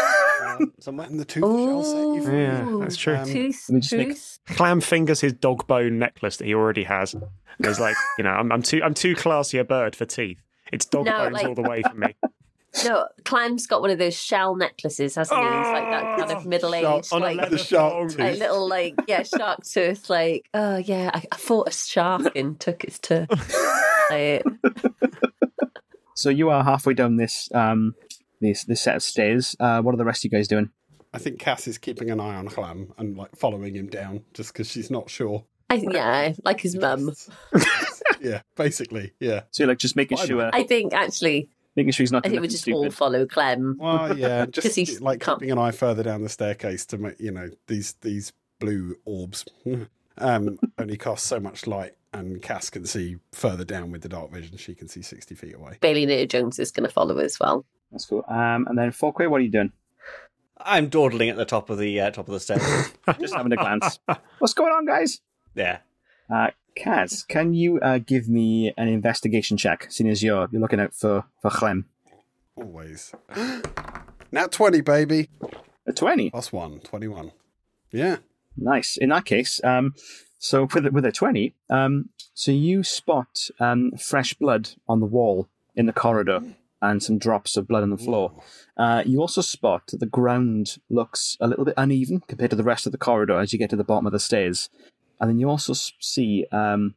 Speaker 5: um, somewhere?
Speaker 2: and the tooth shell set
Speaker 1: Oh.
Speaker 2: you've
Speaker 10: Yeah, that's true.
Speaker 2: Um,
Speaker 4: Tooth,
Speaker 3: let me just make-
Speaker 4: tooth.
Speaker 10: Clam fingers his dog bone necklace that he already has. And he's like, you know, I'm, I'm too I'm too classy a bird for teeth. It's dog
Speaker 4: No,
Speaker 10: bones
Speaker 4: like-
Speaker 10: all the way for
Speaker 4: <laughs>
Speaker 10: me.
Speaker 4: No, Clam's got one of those shell necklaces, hasn't he? It's like
Speaker 10: <laughs>
Speaker 4: that kind of middle aged,
Speaker 10: On a
Speaker 4: like
Speaker 10: leather
Speaker 2: the shark
Speaker 4: <laughs>
Speaker 10: thong.
Speaker 2: tooth.
Speaker 4: a little like yeah, shark <laughs> tooth. Like oh yeah, I, I fought a shark and took its <laughs> tooth. Like,
Speaker 3: So you are halfway down this um this this set of stairs. Uh, what are the rest of you guys doing?
Speaker 2: I think Cass is keeping an eye on Clam and like following him down just because she's not sure.
Speaker 4: I, yeah, like his mum.
Speaker 2: yeah, basically. Yeah.
Speaker 3: So you're like just making
Speaker 2: Why
Speaker 3: sure
Speaker 4: I think actually,
Speaker 3: making sure he's not.
Speaker 4: I
Speaker 3: doing
Speaker 4: think we
Speaker 3: nothing
Speaker 4: just
Speaker 3: stupid.
Speaker 4: all follow Clem.
Speaker 2: Well,
Speaker 4: <laughs>
Speaker 2: yeah,
Speaker 4: 'Cause
Speaker 2: just eh,
Speaker 4: he's
Speaker 2: like
Speaker 4: come-
Speaker 2: keeping an eye further down the staircase to make you know these these blue orbs <laughs> um, only cast so much light, and Cass can see further down with the dark vision. She can see sixty feet away.
Speaker 4: Bailey Nader Jones is going to follow as well.
Speaker 3: That's cool. Um, and then Forquay, what are
Speaker 4: <laughs>
Speaker 3: you doing?
Speaker 5: I'm dawdling at the top of the uh, top of the stairs.
Speaker 3: Just having a glance. What's going on, guys?
Speaker 5: yeah.
Speaker 3: Uh, Kaz, can you uh, give me an investigation check, seeing as you're you're looking out for for Clem?
Speaker 4: <gasps>
Speaker 2: Always. Now twenty, baby.
Speaker 3: A twenty.
Speaker 2: Plus one, 21. Yeah.
Speaker 3: Nice. In that case, um, so <laughs> with a, with a twenty, um, so you spot um, fresh blood on the wall in the corridor and some drops of blood on the floor. Uh, you also spot that the ground looks a little bit uneven compared to the rest of the corridor as you get to the bottom of the stairs, and then you also s- see um,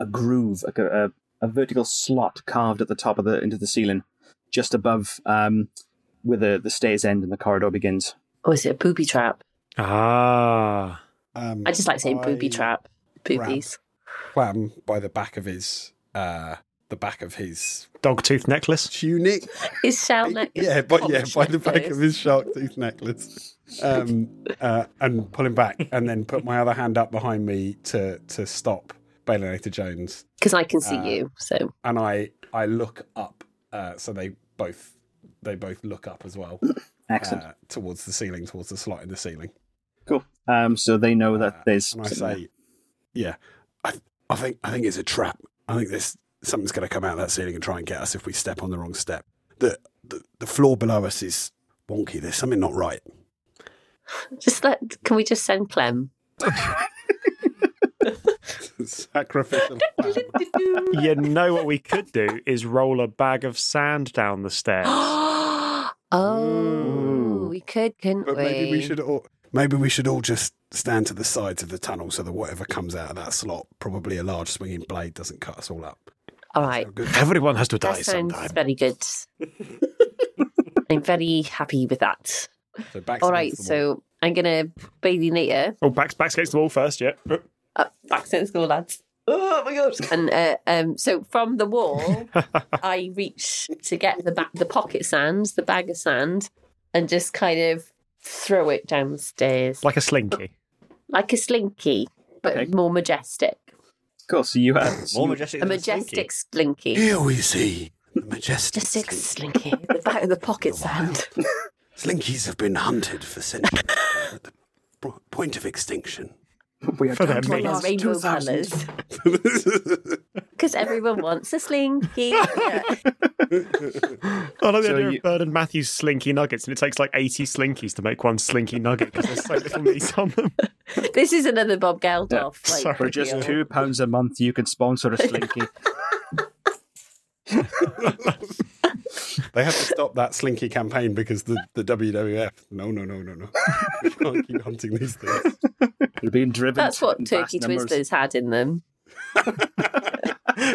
Speaker 3: a groove, like a, a, a vertical slot carved at the top of the into the ceiling, just above um, where the, the stairs end and the corridor begins.
Speaker 4: Or is it a booby trap?
Speaker 10: Ah.
Speaker 2: Um,
Speaker 4: I just like saying booby
Speaker 2: I
Speaker 4: trap. Boobies.
Speaker 2: Clam by the back of his, uh, the back of his
Speaker 10: Dog tooth necklace.
Speaker 2: tunic.
Speaker 4: His shell neck.
Speaker 2: yeah, but yeah, by the back of his shark tooth necklace, um, uh, and pull him back, and then put my other hand up behind me to to stop Balinator Jones,
Speaker 4: Because I can see
Speaker 2: Uh,
Speaker 4: you. So
Speaker 2: and I I look up, uh, so they both they both look up as well
Speaker 3: Excellent.
Speaker 2: uh, towards the ceiling, towards the slot in the ceiling.
Speaker 3: Cool. Um, so they know that there's.
Speaker 2: and I say, yeah, I, I think I think it's a trap. I think there's something's going to come out of that ceiling and try and get us if we step on the wrong step. The the, the floor below us is wonky. There's something not right.
Speaker 4: just let. Can we just send Clem?
Speaker 2: <laughs>
Speaker 4: <laughs>
Speaker 2: Sacrificial. lamb.
Speaker 10: You know what we could do is roll a bag of sand down the <gasps> stairs.
Speaker 4: <gasps> oh, we could, couldn't
Speaker 2: but
Speaker 4: we?
Speaker 2: maybe we should all maybe we should all just stand to the sides of the tunnel so that whatever comes out of that slot, probably a large swinging blade, doesn't cut us all up.
Speaker 4: All right.
Speaker 2: How good-
Speaker 7: Everyone has to die
Speaker 4: That sounds
Speaker 7: sometime.
Speaker 2: <laughs>
Speaker 4: very good. I'm very happy with that.
Speaker 2: So back
Speaker 4: All right, so I'm gonna Bailey Nater
Speaker 10: Oh, backs backs against the wall first, yeah.
Speaker 4: uh, back to school, lads. Oh my god! And uh, um, so from the <laughs> wall, I reach to get the ba- the pocket sand, the bag of sand, and just kind of throw it downstairs
Speaker 10: Like a slinky.
Speaker 4: like a slinky, but
Speaker 3: Okay.
Speaker 4: more majestic,
Speaker 3: Cool. So you have. so
Speaker 5: More
Speaker 3: you-
Speaker 4: a
Speaker 5: majestic. than
Speaker 4: majestic slinky,
Speaker 2: here we see the majestic
Speaker 4: majestic
Speaker 2: slink-
Speaker 4: slinky, the back of the pocket sand.
Speaker 2: Slinkies have been hunted for
Speaker 4: <laughs>
Speaker 2: centuries They're at the po- point of extinction.
Speaker 3: we have
Speaker 10: For their
Speaker 3: time to
Speaker 10: meat.
Speaker 3: last
Speaker 4: rainbow
Speaker 3: 2,000.
Speaker 4: colours. Because everyone wants a <laughs> slinky.
Speaker 10: I like the
Speaker 3: So
Speaker 10: idea
Speaker 3: you-
Speaker 10: of Bird and Matthew's slinky nuggets, and it takes like 80 slinkies to make one slinky nugget because there's so little meat on them. <laughs>
Speaker 4: this is another Bob Geldof.
Speaker 3: Yeah,
Speaker 4: like,
Speaker 10: sorry.
Speaker 3: For just
Speaker 4: deal.
Speaker 3: two pounds a month, you can sponsor
Speaker 4: <laughs>
Speaker 3: a slinky.
Speaker 2: They have to stop that slinky campaign because the, the WWF. No, no, no, no, no. <laughs> We can't keep hunting these things.
Speaker 3: You're being driven.
Speaker 4: That's
Speaker 3: in
Speaker 4: what
Speaker 3: vast
Speaker 4: turkey
Speaker 3: numbers.
Speaker 4: twizzlers had in them.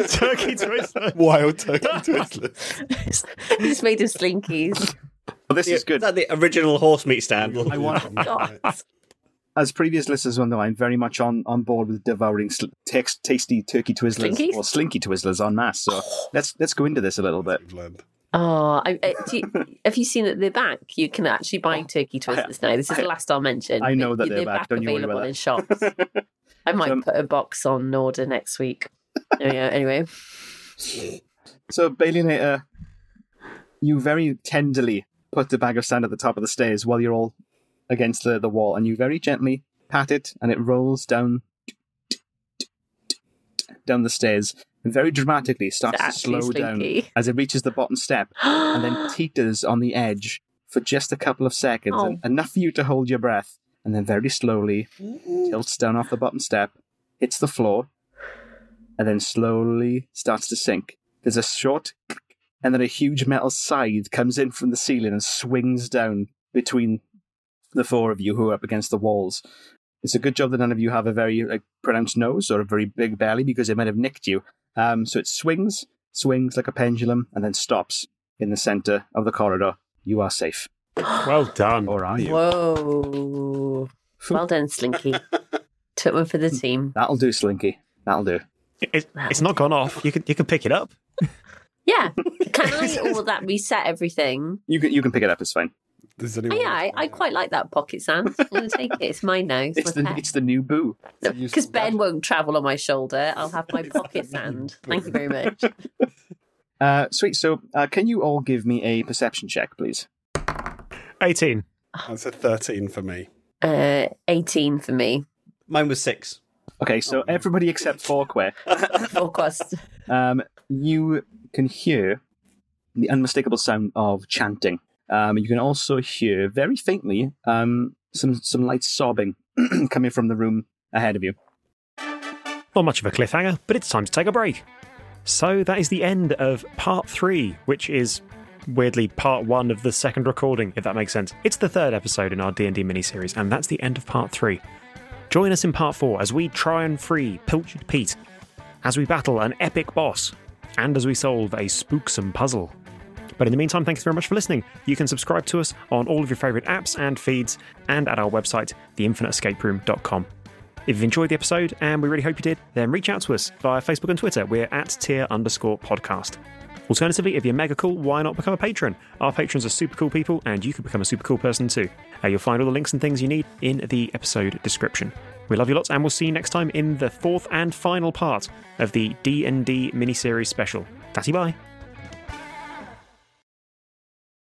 Speaker 10: Turkey Twister.
Speaker 2: Wild turkey
Speaker 4: <laughs>
Speaker 2: twizzlers.
Speaker 4: It's made of slinkies.
Speaker 3: Well, this
Speaker 5: Slinky.
Speaker 3: is good.
Speaker 5: Is that the original horse meat stand?
Speaker 2: I want
Speaker 4: God.
Speaker 3: As previous listeners will know, I'm very much on, on board with devouring sl- tex- tasty turkey twizzlers
Speaker 4: Slinkies?
Speaker 3: or slinky twizzlers en masse.
Speaker 4: <gasps>
Speaker 3: So let's let's go into this a little bit.
Speaker 4: Oh, I, uh, do you, have you seen at the back? You can actually buy turkey twizzlers now. This is the last I'll mention.
Speaker 3: Oh. I know
Speaker 4: but
Speaker 3: that they're back. Don't you worry
Speaker 4: available
Speaker 3: about
Speaker 4: in shops.
Speaker 3: <laughs>
Speaker 4: I might
Speaker 3: Um,
Speaker 4: put a box
Speaker 3: <laughs>
Speaker 4: on order next week. There we go. Anyway,
Speaker 3: So Balinator you very tenderly put the bag of sand at the top of the stairs while you're all against the, the wall, and you very gently pat it, and it rolls down down the stairs. And very dramatically starts to
Speaker 4: That's actually
Speaker 3: slow down
Speaker 4: slinky.
Speaker 3: as it reaches the bottom step, and
Speaker 4: <gasps>
Speaker 3: then teeters on the edge for just a couple of seconds,
Speaker 4: Oh.
Speaker 3: en- enough for you to hold your breath, and then very slowly tilts down off the bottom step, hits the floor, and then slowly starts to sink. There's a short, and then a huge metal scythe comes in from the ceiling and swings down between the four of you who are up against the walls. It's a good job that none of you have a very like, pronounced nose or a very big belly because it might have nicked you. Um, so it swings, swings like a pendulum, and then stops in the center of the corridor. You are safe.
Speaker 1: Well done.
Speaker 3: Or are you?
Speaker 4: Whoa. Well done,
Speaker 3: <laughs>
Speaker 4: Slinky. Took one for the team.
Speaker 3: That'll do, Slinky. That'll do.
Speaker 11: It, it's not gone off. You can you can pick it up.
Speaker 4: Yeah. Can I,
Speaker 3: <laughs>
Speaker 4: or will that reset everything?
Speaker 3: You can, you can pick it up, it's fine.
Speaker 2: Does
Speaker 4: Oh,
Speaker 2: anyone
Speaker 4: yeah, I, I quite like that pocket sand. I'm going to take it. It's mine now. It's,
Speaker 3: It's the, it's the new boo.
Speaker 2: useful
Speaker 4: Because Ben
Speaker 2: gadget.
Speaker 4: won't travel on my shoulder. I'll have my pocket sand. Thank you very much.
Speaker 3: Uh, sweet. So, uh, can you all give me a perception check, please?
Speaker 1: 18.
Speaker 2: That's a 13 for me.
Speaker 4: Uh, 18 for me.
Speaker 5: Mine was six.
Speaker 3: Okay, so
Speaker 4: Oh,
Speaker 3: everybody except Forquare,
Speaker 4: Forecast.
Speaker 3: um, you can hear the unmistakable sound of chanting. Um, you can also hear very faintly um, some some light sobbing <clears throat> coming from the room ahead of you.
Speaker 1: Not much of a cliffhanger, but it's time to take a break. So that is the end of part three, which is weirdly part one of the second recording, if that makes sense. It's the third episode in our D&D miniseries, and that's the end of part three. Join us in part four as we try and free Pilchard Pete, as we battle an epic boss, and as we solve a spooksome puzzle. But in the meantime, thank you very much for listening. You can subscribe to us on all of your favourite apps and feeds, and at our website, theinfiniteescaperoom.com. If you've enjoyed the episode, and we really hope you did, then reach out to us via Facebook and Twitter. We're at tier underscore podcast. Alternatively, if you're mega cool, why not become a patron? Our patrons are super cool people, and you could become a super cool person too. Uh, you'll find all the links and things you need in the episode description. We love you lots, and we'll see you next time in the fourth and final part of the D&D miniseries special. Tatty bye!